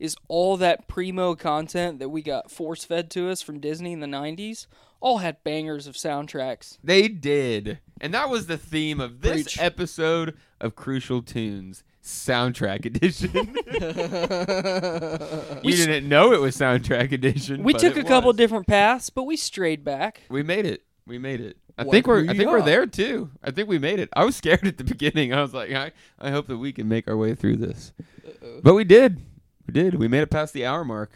S12: is all that primo content that we got force fed to us from Disney in the 90s all had bangers of soundtracks.
S10: They did. And that was the theme of this
S11: Preach.
S10: episode of Crucial Tunes Soundtrack (laughs) Edition. (laughs) you didn't know it was Soundtrack Edition.
S12: We
S10: but
S12: took
S10: it
S12: a couple
S10: was.
S12: different paths, but we strayed back.
S10: We made it. We made it. I
S11: What
S10: think we're. I
S11: we
S10: think we're
S11: got?
S10: there too. I think we made it. I was (laughs) scared at the beginning. I was like, I, I hope that we can make our way through this. But we did. We did. We made it past the hour mark.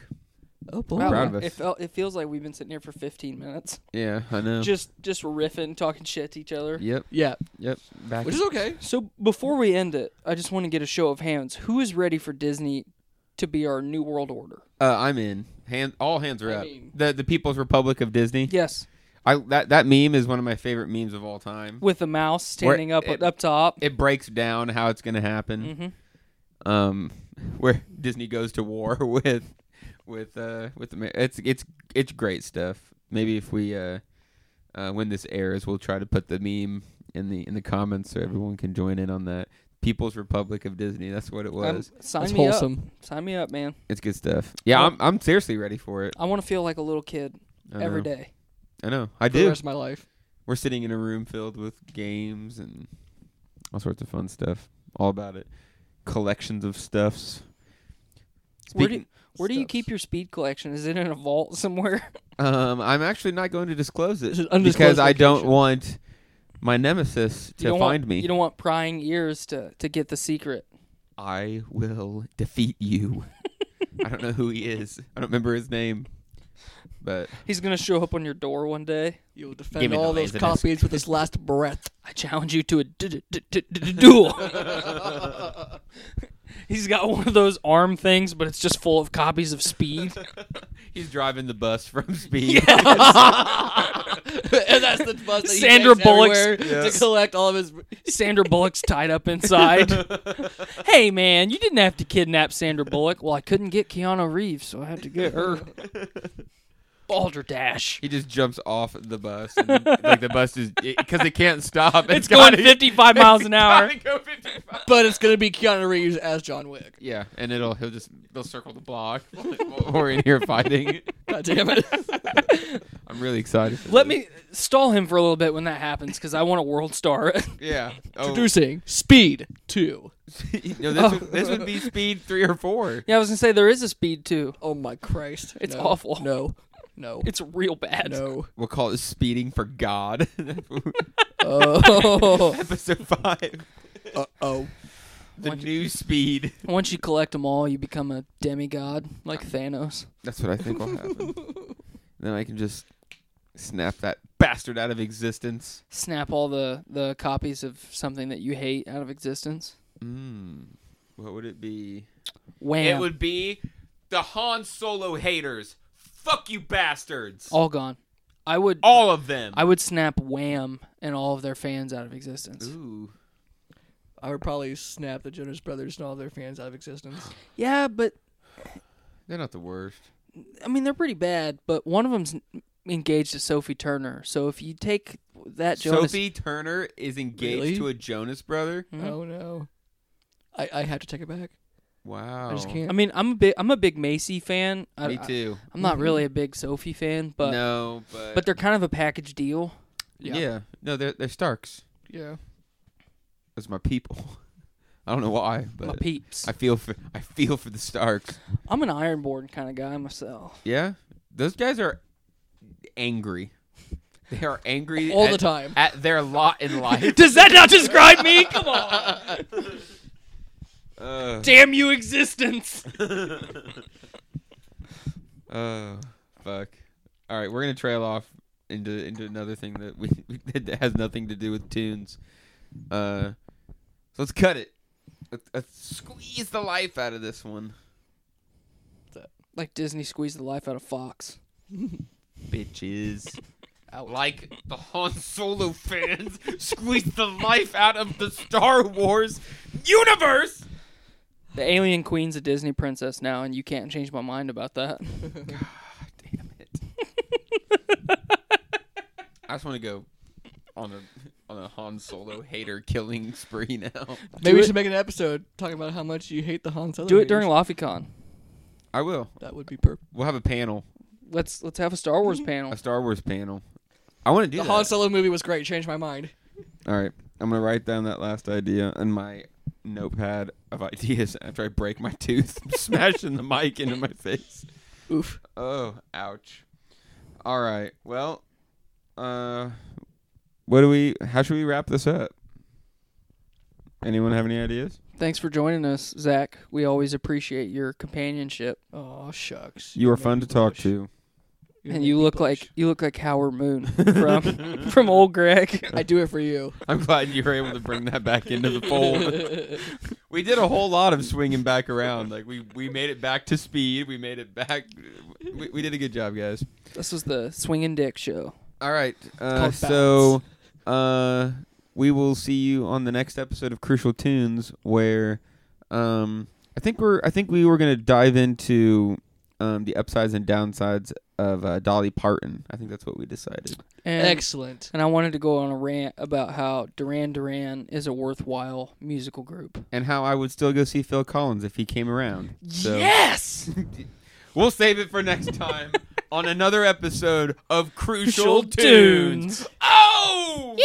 S11: Oh boy.
S10: Proud of us.
S12: It, felt, it feels like we've been sitting here for 15 minutes,
S10: Yeah, I know.
S12: just just riffing, talking shit to each other.
S10: yep.
S11: Yeah,
S10: Yep. Back.
S11: which is okay.
S12: So before we end it, I just want to get a show of hands. Who is ready for Disney to be our new world order?
S10: Uh, I'm in. Hand, all hands are up.
S11: mean-
S10: the the People's Republic of Disney.
S12: Yes,
S10: I that that meme is one of my favorite memes of all time.
S12: with the mouse standing up
S10: it-
S12: up top.
S10: It breaks down how it's going to happen.
S12: Mm-hmm.
S10: Um, (laughs) where Disney goes to war (laughs) with with uh with Amer- it's it's it's great stuff. Maybe if we uh, uh when this airs, we'll try to put the meme in the in the comments so everyone can join in on that. People's Republic of Disney. That's what it was.
S12: I'm, Um, sign
S11: That's
S12: me
S11: wholesome.
S12: up. Sign me up, man.
S10: it's good stuff. Yeah, I'm I'm seriously ready for it.
S12: I want to feel like a little kid
S10: I
S12: every
S10: know.
S12: day.
S10: I know. I
S11: For the
S10: do.
S11: rest of my life.
S10: We're sitting in a room filled with games and all sorts of fun stuff. All about it. Collections of stuffs.
S12: Where do
S10: Speaking-
S12: where do you
S11: Stuffs.
S12: keep your speed collection? Is it in a vault somewhere?
S10: Um, I'm actually not going to disclose it
S11: It's an undisclosed
S10: because I don't
S11: location.
S10: want my nemesis
S12: you
S10: to
S12: don't
S10: find
S12: want,
S10: me.
S12: You don't want prying ears to to get the secret.
S10: I will defeat you. I don't know who he is. I don't remember his name.
S12: (laughs)
S10: But
S12: He's gonna show up on your door one day.
S11: You'll
S10: Give
S11: defend
S10: me the
S11: all those
S10: laziness.
S11: copies with his
S12: (laughs)
S11: last breath.
S12: I challenge you to a d- d- d- d- d- duel. (laughs) He's got one of those arm things, but it's just full of copies of
S11: (laughs)
S12: Speed. (laughs)
S10: he's driving the bus from Speed.
S11: and that's the bus that he
S12: Sandra
S11: takes
S12: Bullock's-
S11: everywhere to collect all of his.
S12: Sandra Bullock's tied up
S11: (laughs)
S12: inside. hey, man, you didn't have to kidnap Sandra Bullock. Well, I couldn't get Keanu Reeves, so I had to get her. Balderdash.
S10: He just jumps off the bus. And then, like the bus is because it can't stop.
S12: It's going
S10: gotta-
S12: 55 miles
S10: (laughs)
S12: an hour.
S10: gotta go 55.
S11: But it's gonna be Keanu Reeves as John Wick.
S10: Yeah, and it'll he'll just they'll circle the block. (laughs) We're in here fighting.
S11: God (laughs) damn it!
S10: I'm really excited. For
S12: Let me stall him for a little bit when that happens because I want a world star. (laughs)
S10: this. Yeah. Oh. (laughs)
S11: Introducing Speed Two.
S10: no, this, would, this
S12: (laughs)
S10: would be speed three or four.
S12: yeah, I was going to say there is a speed too.
S11: Oh my Christ!
S12: It's
S11: No.
S12: awful.
S11: No, no,
S12: It's real bad.
S11: no.
S10: We'll call it speeding for God. (laughs)
S11: Oh,
S10: Episode five.
S11: uh (laughs)
S12: (laughs)
S11: oh.
S10: The new speed.
S12: Once you collect them all, you become a demigod like Thanos.
S10: That's what I think
S12: (laughs)
S10: will happen. then I can just snap that bastard out of existence.
S12: Snap all the, the copies of something that you hate out of existence.
S10: Mm. What would it be?
S12: Wham.
S10: It would be the Han Solo haters. Fuck you bastards.
S12: all gone. I would
S10: All of them.
S12: I would snap Wham and all of their fans out of existence.
S10: Ooh.
S11: I would probably snap the Jonas Brothers and all their fans out of existence.
S12: Yeah, but
S10: They're not the worst.
S12: I mean they're pretty bad. But one of them's engaged to Sophie Turner, so if you take that Jonas,
S10: Sophie Turner is engaged
S11: Really?
S10: to a Jonas brother.
S12: Hmm?
S11: Oh no. I, I have to take it back.
S10: Wow.
S11: I just can't.
S12: Oh. I mean I'm a big I'm a big Macy fan. I,
S10: Me
S12: I-
S10: too.
S12: I'm not really a big Sophie fan, but
S10: no, but
S12: but they're kind of a package deal.
S10: yeah. No, they're they're Starks.
S11: Yeah.
S10: That's my people. (laughs) I don't know why,
S12: My
S10: but
S12: peeps.
S10: I feel for I feel for the Starks.
S12: I'm an ironborn kind of guy myself.
S10: Yeah, those guys are angry. They are angry
S11: All
S10: at- (laughs)
S11: the time.
S10: at their lot in life.
S12: Does that not describe me? Come on.
S10: (laughs) uh,
S12: Damn you
S10: (laughs)
S12: existence.
S10: oh, fuck. All right, we're gonna trail off into into another thing that we (laughs) that has nothing to do with tunes. Uh, so let's cut it. Let's, let's squeeze the life out of this one,
S12: Like Disney squeezed the life out of Fox.
S10: bitches. Like the Han Solo fans squeeze the life out of the Star Wars universe.
S12: The alien queen's a Disney princess now, and you can't change my mind about that.
S10: Damn it! I just want to go on a on a Han Solo hater killing (laughs) spree now.
S11: Maybe we
S12: it-
S11: should make an episode talking about how much you hate the Han Solo.
S12: Do it
S11: movies.
S12: during LaFiCon.
S10: I will.
S11: That would be perfect.
S10: We'll have a panel,
S12: Let's let's have a Star Wars panel.
S10: a Star Wars panel. I want to do
S11: The
S10: that.
S11: Han Solo movie was great. Changed my mind.
S10: All right, I'm gonna write down that last idea in my notepad of ideas after I break my tooth, (laughs) smashing the mic into my face.
S11: Oof.
S10: Oh, ouch. All right. Well, uh, what do we? How should we wrap this up? Anyone have any ideas?
S12: Thanks for joining us, Zach. We always appreciate your companionship.
S11: Oh shucks.
S10: You are fun to talk to.
S12: and you look like you look like Howard Moon from from old
S11: (laughs)
S12: Greg.
S11: I do it for you.
S10: I'm glad you were able to bring that back into the fold. we did a whole lot of swinging back around. Like we we made it back to speed. We made it back. We, we did a good job, guys.
S12: This was the Swingin' Dick Show.
S10: All right. Uh,
S11: called
S10: so uh, we will see you on the next episode of Crucial Tunes, where um, I think we're I think we were gonna dive into um, the upsides and downsides of uh, Dolly Parton. I think that's what we decided.
S12: And,
S11: Excellent.
S12: and I wanted to go on a rant about how Duran Duran is a worthwhile musical group.
S10: And how I would still go see Phil Collins if he came around. So
S11: Yes.
S10: we'll save it for next time on another episode of Crucial,
S12: Crucial
S10: Tunes.
S12: Tunes.
S10: Oh.